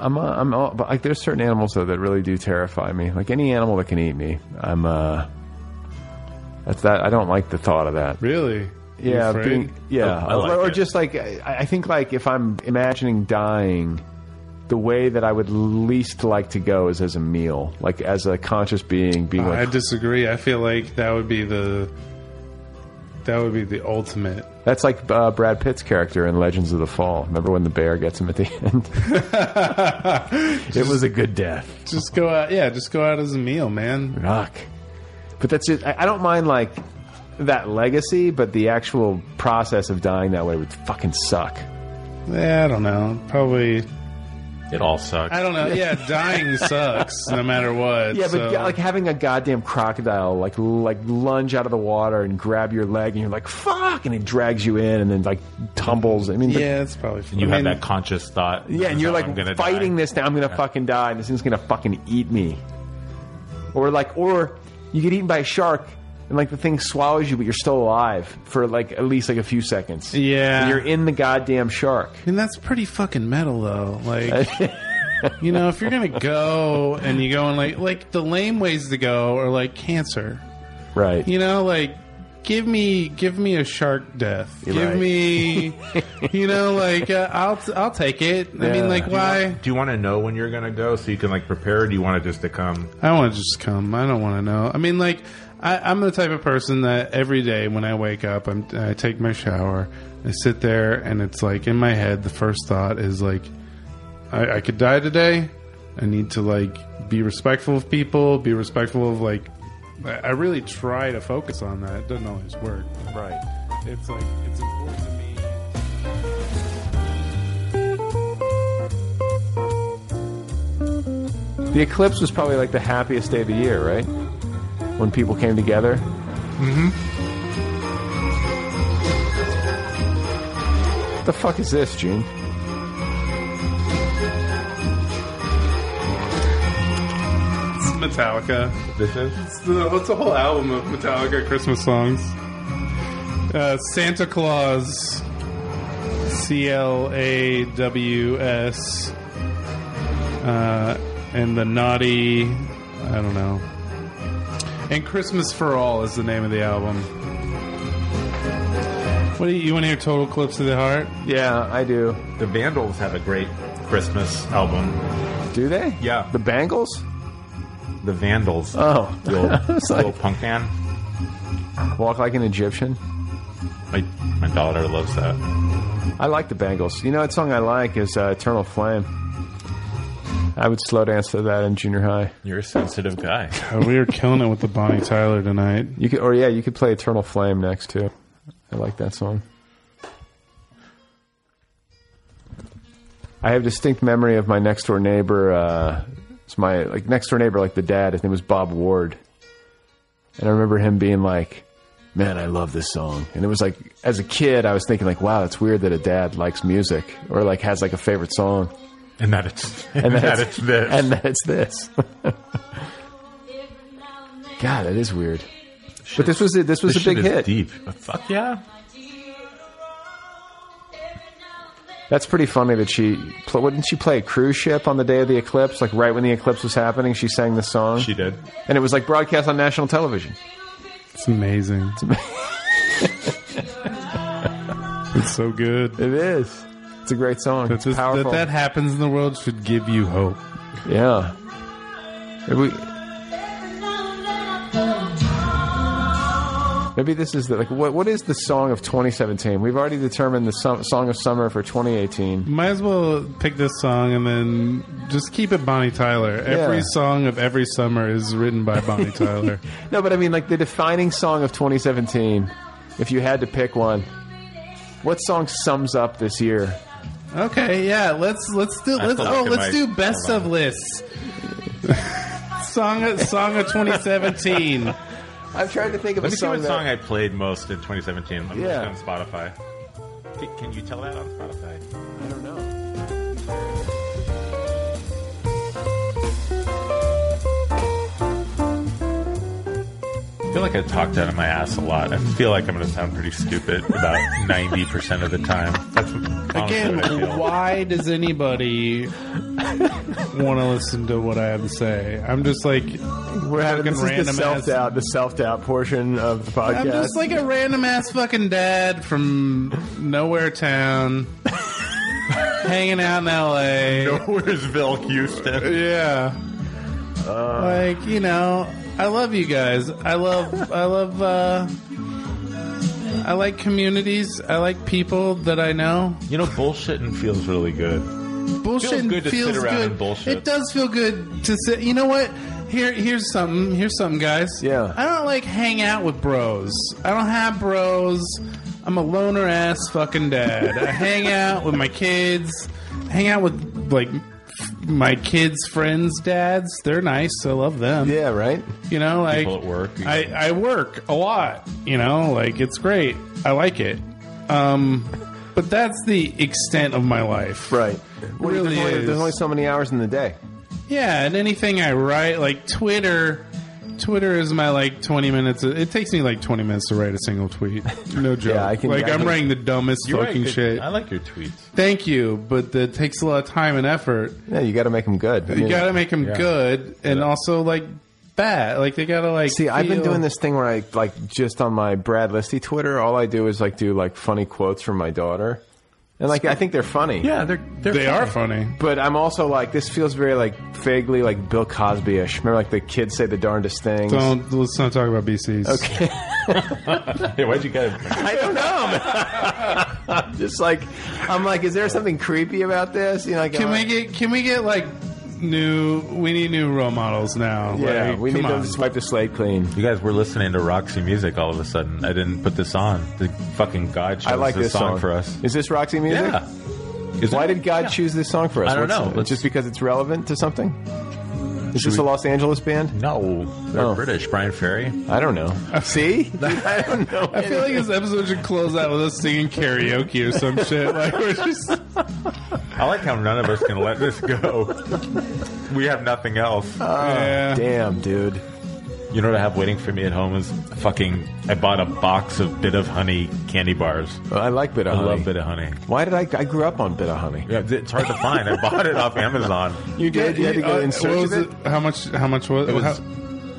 S1: I'm, uh, I'm, all, but like, there's certain animals though that really do terrify me. Like any animal that can eat me, I'm. uh That's that. I don't like the thought of that.
S8: Really?
S1: Yeah,
S8: Afraid?
S1: being, yeah,
S9: Oh, I like
S1: or, or
S9: it.
S1: just like I, I think like if I'm imagining dying, the way that I would least like to go is as a meal, like as a conscious being, being
S8: I
S1: like
S8: disagree. I feel like that would be the that would be the ultimate.
S1: that's like uh, Brad Pitt's character in Legends of the Fall. Remember when the bear gets him at the end? it was a good death.
S8: Just go out, yeah. Just go out as a meal, man.
S1: Rock. But that's just, I, I don't mind like that legacy, but the actual process of dying that way would fucking suck.
S8: Yeah, I don't know. Probably,
S9: It all sucks.
S8: I don't know. Yeah, dying sucks no matter what.
S1: Yeah, but
S8: so-
S1: yeah, like having a goddamn crocodile like like lunge out of the water and grab your leg, and you're like fuck, and it drags you in, and then like tumbles. I mean, but-
S8: yeah, it's probably.
S9: You
S8: I mean,
S9: have that conscious thought.
S1: yeah, and you're like
S9: I'm gonna
S1: fighting
S9: die.
S1: this. Now I'm gonna fucking die, and this thing's gonna fucking eat me. Or like, or you get eaten by a shark, and like the thing swallows you, but you're still alive for like at least like a few seconds.
S8: Yeah.
S1: and you're in the goddamn shark.
S8: I mean, that's pretty fucking metal, though. Like, you know, if you're gonna go and you go and like, like the lame ways to go are like cancer.
S1: Right.
S8: You know, like, give me, give me a shark death.
S1: You're
S8: give
S1: right.
S8: me, you know, like, uh, I'll, I'll take it. I
S1: Yeah.
S8: mean, like, why?
S9: Do you want to know when you're going to go so you can like prepare? Or do you want it just to come?
S8: I want to just come. I don't want to know. I mean, like, I, I'm the type of person that every day when I wake up, I'm, I take my shower, I sit there, and it's like in my head, the first thought is like, I, I could die today. I need to like be respectful of people, be respectful of like. I, I really try to focus on that. It doesn't always work.
S1: Right.
S8: It's like it's important to me.
S1: The eclipse was probably like the happiest day of the year, right? When people came together. Mm-hmm. The fuck is this, Gene?
S8: It's Metallica.
S9: This is
S8: It's the, it's a whole album of Metallica Christmas songs. Uh, Santa Claus, C L A W S, uh, and the Naughty, I don't know. And Christmas for All is the name of the album. What do you, you want to hear? Total Clips of the Heart.
S1: Yeah, I do.
S9: the Vandals have a great Christmas album.
S1: Do they?
S9: Yeah.
S1: The Bangles?
S9: The Vandals,
S1: Oh.
S9: the old,
S1: It's
S9: the
S1: like-
S9: old punk band.
S1: Walk like an Egyptian.
S9: My my daughter loves that.
S1: I like the Bangles. You know, that song I like is uh, Eternal Flame. I would slow dance to that in junior high.
S9: You're a sensitive guy.
S8: Uh, we are killing it with the Bonnie Tyler tonight.
S1: You could, or yeah, you could play Eternal Flame next too. I like that song. I have distinct memory of my next door neighbor. Uh, it's my like next door neighbor, like the dad. His name was Bob Ward, and I remember him being like, "Man, I love this song." And it was like, as a kid, I was thinking like, "Wow, that's weird that a dad likes music or like has like a favorite song."
S9: And that it's and that it's this.
S1: And that it's this. God, that is weird. But this was a, this was
S9: This
S1: a big
S9: shit is
S1: hit.
S9: Deep. Fuck yeah.
S1: That's pretty funny that she pl- wouldn't she play a cruise ship on the day of the eclipse, like right when the eclipse was happening. She sang this song,
S9: She did.
S1: and it was like broadcast on national television.
S8: It's amazing. It's, so good.
S1: It is. It's a great song.
S8: That's
S1: it's
S8: just,
S1: powerful.
S8: that that happens in the world should give you hope.
S1: yeah. If we- Maybe this is the like what what is the song of 2017? We've already determined the sum, song of summer for 2018.
S8: Might as well pick this song and then just keep it Bonnie Tyler. Every song of every summer is written by Bonnie Tyler.
S1: No, but I mean like the defining song of 2017. If you had to pick one, what song sums up this year?
S8: Okay, yeah, let's let's do
S9: I
S8: let's
S9: have to
S8: oh
S9: look at
S8: let's
S9: my-
S8: do best
S9: hold
S8: of lists. song of, song of 2017.
S1: I'm trying to think of
S9: Let
S1: a
S9: me see
S1: song.
S9: what
S1: that-
S9: song I played most in 2017. I'm
S1: Yeah.
S9: looking on Spotify. Can, can you tell that on Spotify?
S1: I don't know.
S9: I feel like I talked out of my ass a lot. I feel like I'm going to sound pretty stupid about 90% of the time. That's honestly
S8: Again,
S9: what I feel.
S8: why does anybody want to listen to what I have to say? I'm just like
S1: We're having this
S8: Fucking
S1: is the
S8: random
S1: self doubt, the self doubt portion of the podcast.
S8: I'm just like a random ass fucking dad from nowhere town, hanging out in L.A.
S9: Nowheresville, Houston.
S8: Yeah.
S1: Uh.
S8: like you know, I love you guys. I love. I love. uh I like communities. I like people that I know.
S9: You know, bullshitting feels really good.
S8: Bullshit
S9: Feels good to sit
S8: feels
S9: around
S8: good.
S9: and bullshit.
S8: It does feel good to sit. You know what? Here, here's something. Here's something, guys.
S1: Yeah.
S8: I don't like hang out with bros. I don't have bros. I'm a loner ass fucking dad. I hang out with my kids. Hang out with like f- my kids' friends' dads. They're nice. I love them.
S1: yeah, right.
S8: You know, like
S9: People at work.
S8: I, I work a lot. You know, like it's great. I like it. Um, but that's the extent of my life.
S1: Right. Well,
S8: Really
S1: there's, only,
S8: is.
S1: there's only so many hours in the day.
S8: Yeah, and anything I write, like Twitter, Twitter is my like twenty minutes. It takes me like twenty minutes to write a single tweet. No joke.
S1: I can-
S8: like
S1: I
S8: I'm
S1: can-
S8: writing the dumbest
S9: You're right,
S8: fucking
S9: good-
S8: shit.
S9: I like your tweets.
S8: Thank you, but that takes a lot of time and effort.
S1: Yeah, you got to make them good. I
S8: You
S1: mean,
S8: got to make them good and also like bad. Like they got to like.
S1: See, I've been
S8: feel-
S1: doing this thing where I like just on my Brad Listy Twitter, all I do is like do like funny quotes from my daughter, and like I think they're funny.
S9: Yeah, they're, they're
S8: They are funny.
S1: But I'm also like, this feels very like vaguely like Bill Cosby-ish. Remember, like the kids say the darndest things.
S8: Don't let's not talk about BCs.
S1: Okay.
S9: Hey, why'd you get
S1: I don't know. I'm just like, I'm like, is there something creepy about this? You know, like,
S8: Can
S1: am I-
S8: we get can we get like new? We need new role models now.
S1: Yeah,
S8: Like,
S1: we
S8: come
S1: need
S8: on.
S1: to swipe the slate clean.
S9: You guys were listening to Roxy music all of a sudden. I didn't put this on. The fucking God chose
S1: I like
S9: this,
S1: this
S9: song, for us.
S1: Is this Roxy music?
S9: Yeah. Is
S1: Why
S9: it-
S1: did God
S9: yeah.
S1: choose this song for us?
S9: I don't know. Let's-
S1: just because it's relevant to something? Is
S9: Should
S1: this
S9: we-
S1: a Los Angeles band?
S9: No, they're
S1: Oh.
S9: British. Brian Ferry.
S1: I don't know. See? Dude, I don't know.
S8: I feel like this episode should close out with us singing karaoke or some shit. Like we're just
S9: I like how none of us can let this go. We have nothing else.
S8: yeah.
S1: Damn, dude.
S9: You know what I have waiting for me at home is fucking. I bought a box of bit of honey candy bars.
S1: Well, I like Bit of
S9: I
S1: Honey.
S9: love bit of honey.
S1: Why did I? I grew up on Bit of Honey.
S9: Yeah, it's hard to find. I bought it off Amazon.
S1: You did? You had to go
S8: Uh,
S1: in
S8: what
S1: search
S8: was
S1: of it?
S8: it? How much? How much was?
S9: It
S8: how-
S9: was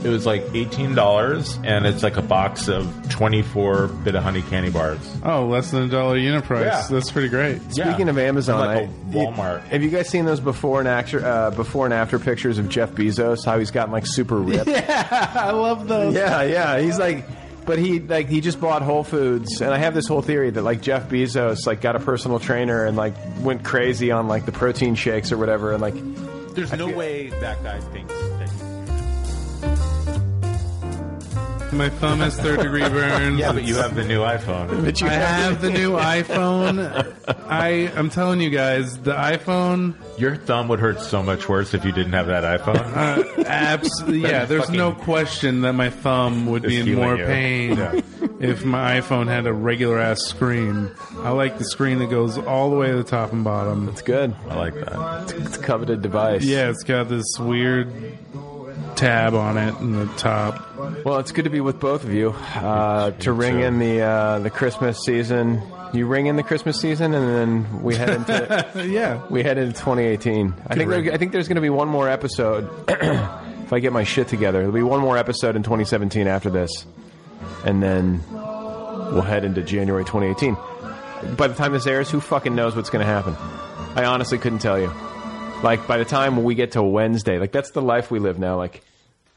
S9: it was like eighteen dollars, and it's like a box of twenty four bit of honey candy bars.
S8: oh, less than a dollar unit price.
S9: Yeah.
S8: That's pretty great.
S1: Speaking
S9: Yeah.
S1: of Amazon,
S9: Like a
S1: I-
S9: Walmart.
S1: have you guys seen those before and after uh, before and after pictures of Jeff Bezos? How he's gotten like super ripped.
S8: Yeah, I love those.
S1: yeah, yeah. He's like, But he like he just bought Whole Foods, and I have this whole theory that like Jeff Bezos like got a personal trainer and like went crazy on like the protein shakes or whatever, and like
S9: There's no way that guy thinks that.
S8: My thumb has third degree burns.
S9: Yeah, but you have the new iPhone.
S1: that you
S8: I have the new iPhone. I I'm telling you guys, the iPhone.
S9: Your thumb would hurt so much worse if you didn't have that iPhone.
S8: Uh, abs- yeah, there's
S9: fucking-
S8: no question that my thumb would be
S9: It's
S8: in
S9: healing
S8: more
S9: you.
S8: pain
S9: Yeah.
S8: if my iPhone had a regular ass screen. I like the screen that goes all the way to the top and bottom.
S1: It's good.
S9: I like that.
S1: It's, it's a coveted device.
S8: Yeah, it's got this weird tab on it in the top.
S1: Well, it's good to be with both of you uh, to ring
S9: too.
S1: in the uh, the Christmas season. You ring in the Christmas season, and then we head into
S8: Uh, Yeah.
S1: we head into 2018. I think
S8: ring.
S1: there, I think there's going to be one more episode. if I get my shit together, there'll be one more episode in 2017 after this, and then we'll head into January 2018. By the time this airs, who fucking knows what's going to happen? I honestly couldn't tell you. Like by the time we get to Wednesday, like that's the life we live now. Like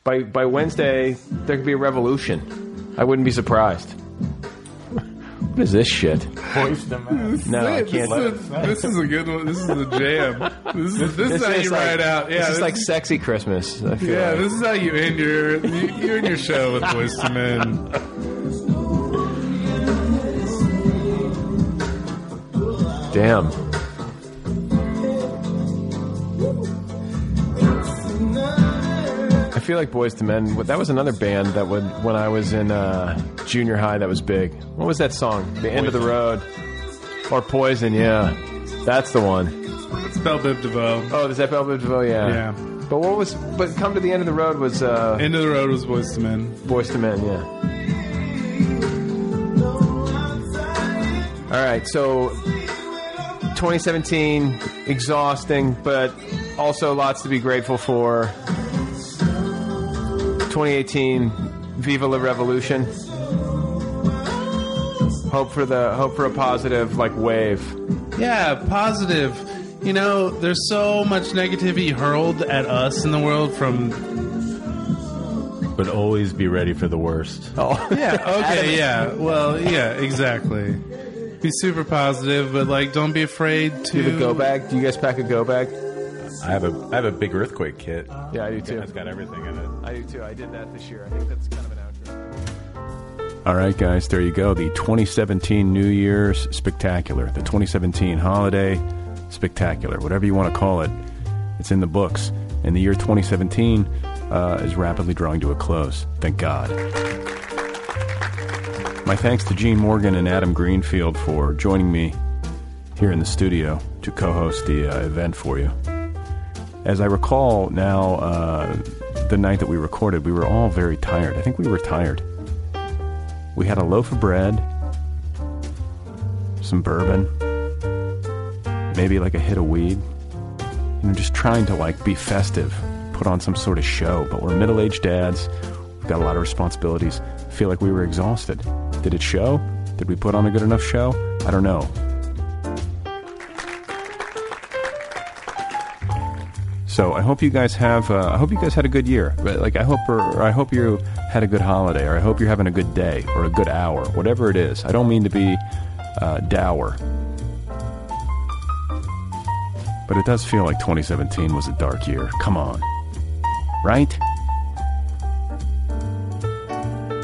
S1: by by Wednesday, there could be a revolution. I wouldn't be surprised. What is this shit? No, I can't.
S8: This is, this is a good one. This is the jam. This is, this is how you
S1: like,
S8: ride out. Yeah,
S1: this is like sexy Christmas. I feel
S8: Yeah,
S1: like.
S8: this is how you end your you, you end your show with Voice to Men.
S1: Damn. I feel like Boys to Men. That was another band that would when I was in uh, junior high. That was big. What was that song? The End of the Road, or Poison? Yeah, that's the one.
S8: It's Bell Bib DeVoe.
S1: Oh, the that Velvet Devil? Yeah.
S8: Yeah.
S1: But what was? But come to the end of the road was uh,
S8: End of the road was Voice to Men.
S1: Boys to Men. Yeah. All right. So 2017 exhausting but also lots to be grateful for 2018 viva la revolution hope for the hope for a positive like wave
S8: Yeah, positive. You know, there's so much negativity hurled at us in the world from.
S9: But always be ready for the worst.
S8: Oh, Yeah, okay, yeah. Well, yeah, exactly. Be super positive, but like, don't be afraid to.
S1: do you have a go bag do you guys pack a go bag
S9: I have a I have a big earthquake kit.
S1: yeah i do too
S9: It's got everything in it.
S1: i do too i did that this year i think that's kind of an outro
S3: All right, guys, there you go. The 2017 New Year's Spectacular, the 2017 Holiday Spectacular, whatever you want to call it. It's in the books. And the year 2017 uh, is rapidly drawing to a close. Thank God. My thanks to Gene Morgan and Adam Greenfield for joining me here in the studio to co host the uh, event for you. As I recall now, uh, the night that we recorded, we were all very tired. I think we were tired. We had a loaf of bread, some bourbon, maybe like a hit of weed. You know, just trying to like be festive, put on some sort of show. But we're middle aged dads, we've got a lot of responsibilities. Feel like we were exhausted. Did it show? Did we put on a good enough show? I don't know. So I hope you guys have. Uh, I hope you guys had a good year. Right, Like I hope, or, or I hope you had a good holiday, or I hope you're having a good day, or a good hour, whatever it is. I don't mean to be uh, dour, but it does feel like 2017 was a dark year. Come on, right?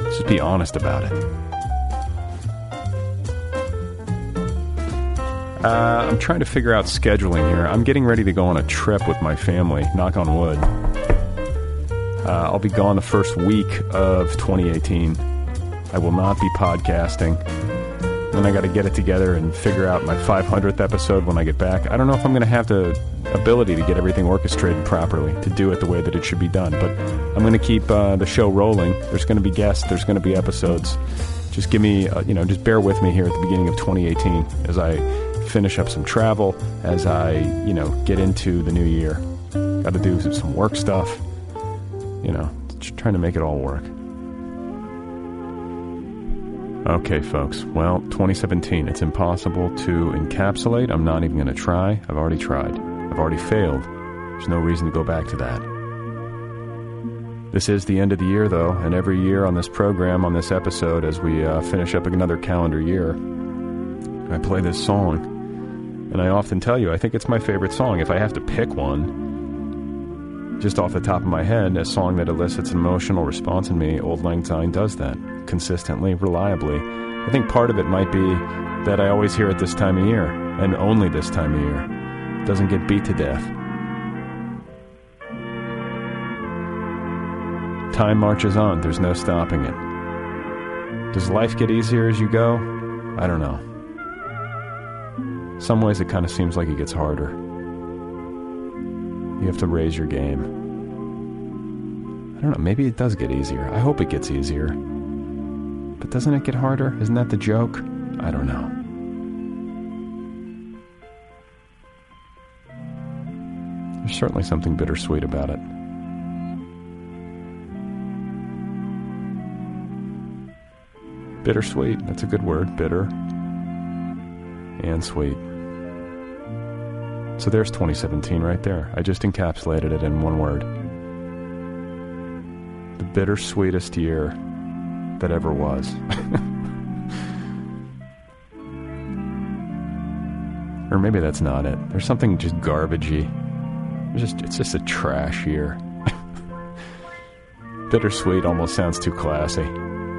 S3: Just be honest about it. Uh, I'm trying to figure out scheduling here. I'm getting ready to go on a trip with my family, knock on wood. Uh, I'll be gone the first week of 2018. I will not be podcasting. Then I got to get it together and figure out my 500th episode when I get back. I don't know if I'm going to have the ability to get everything orchestrated properly to do it the way that it should be done, but I'm going to keep uh, the show rolling. There's going to be guests, there's going to be episodes. Just give me, uh, you know, just bear with me here at the beginning of 2018 as I finish up some travel, as I, you know, get into the new year. Got to do some work stuff, you know, just trying to make it all work. Okay, folks. Well, 2017, it's impossible to encapsulate. I'm not even going to try. I've already tried. I've already failed. There's no reason to go back to that. This is the end of the year, though, and every year on this program, on this episode, as we uh, finish up another calendar year, I play this song. And I often tell you, I think it's my favorite song. If I have to pick one, just off the top of my head, a song that elicits an emotional response in me, Old Lang Syne does that consistently, reliably. I think part of it might be that I always hear it this time of year, and only this time of year. It doesn't get beat to death. Time marches on, there's no stopping it. Does life get easier as you go? I don't know. Some ways it kind of seems like it gets harder. You have to raise your game. I don't know, maybe it does get easier. I hope it gets easier. But doesn't it get harder? Isn't that the joke? I don't know. There's certainly something bittersweet about it. Bittersweet, that's a good word, bitter and sweet. So there's 2017 right there. I just encapsulated it in one word. The bittersweetest year that ever was. or maybe that's not it. There's something just garbagey. It's just it's just a trash year. Bittersweet almost sounds too classy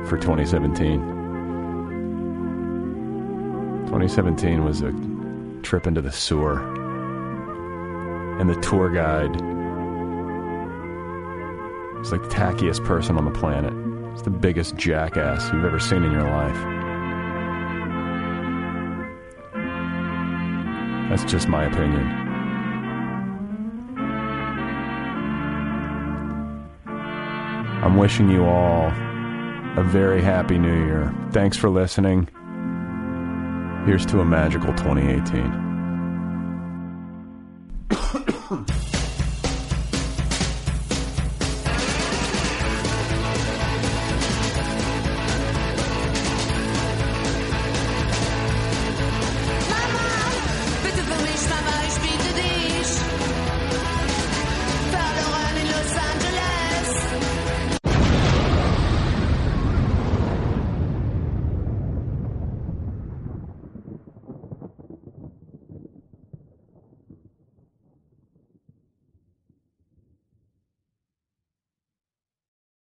S3: for 2017. 2017 was a trip into the sewer. And the tour guide was like the tackiest person on the planet. It's the biggest jackass you've ever seen in your life. That's just my opinion. I'm wishing you all a very happy new year. Thanks for listening. Here's to a magical 2018.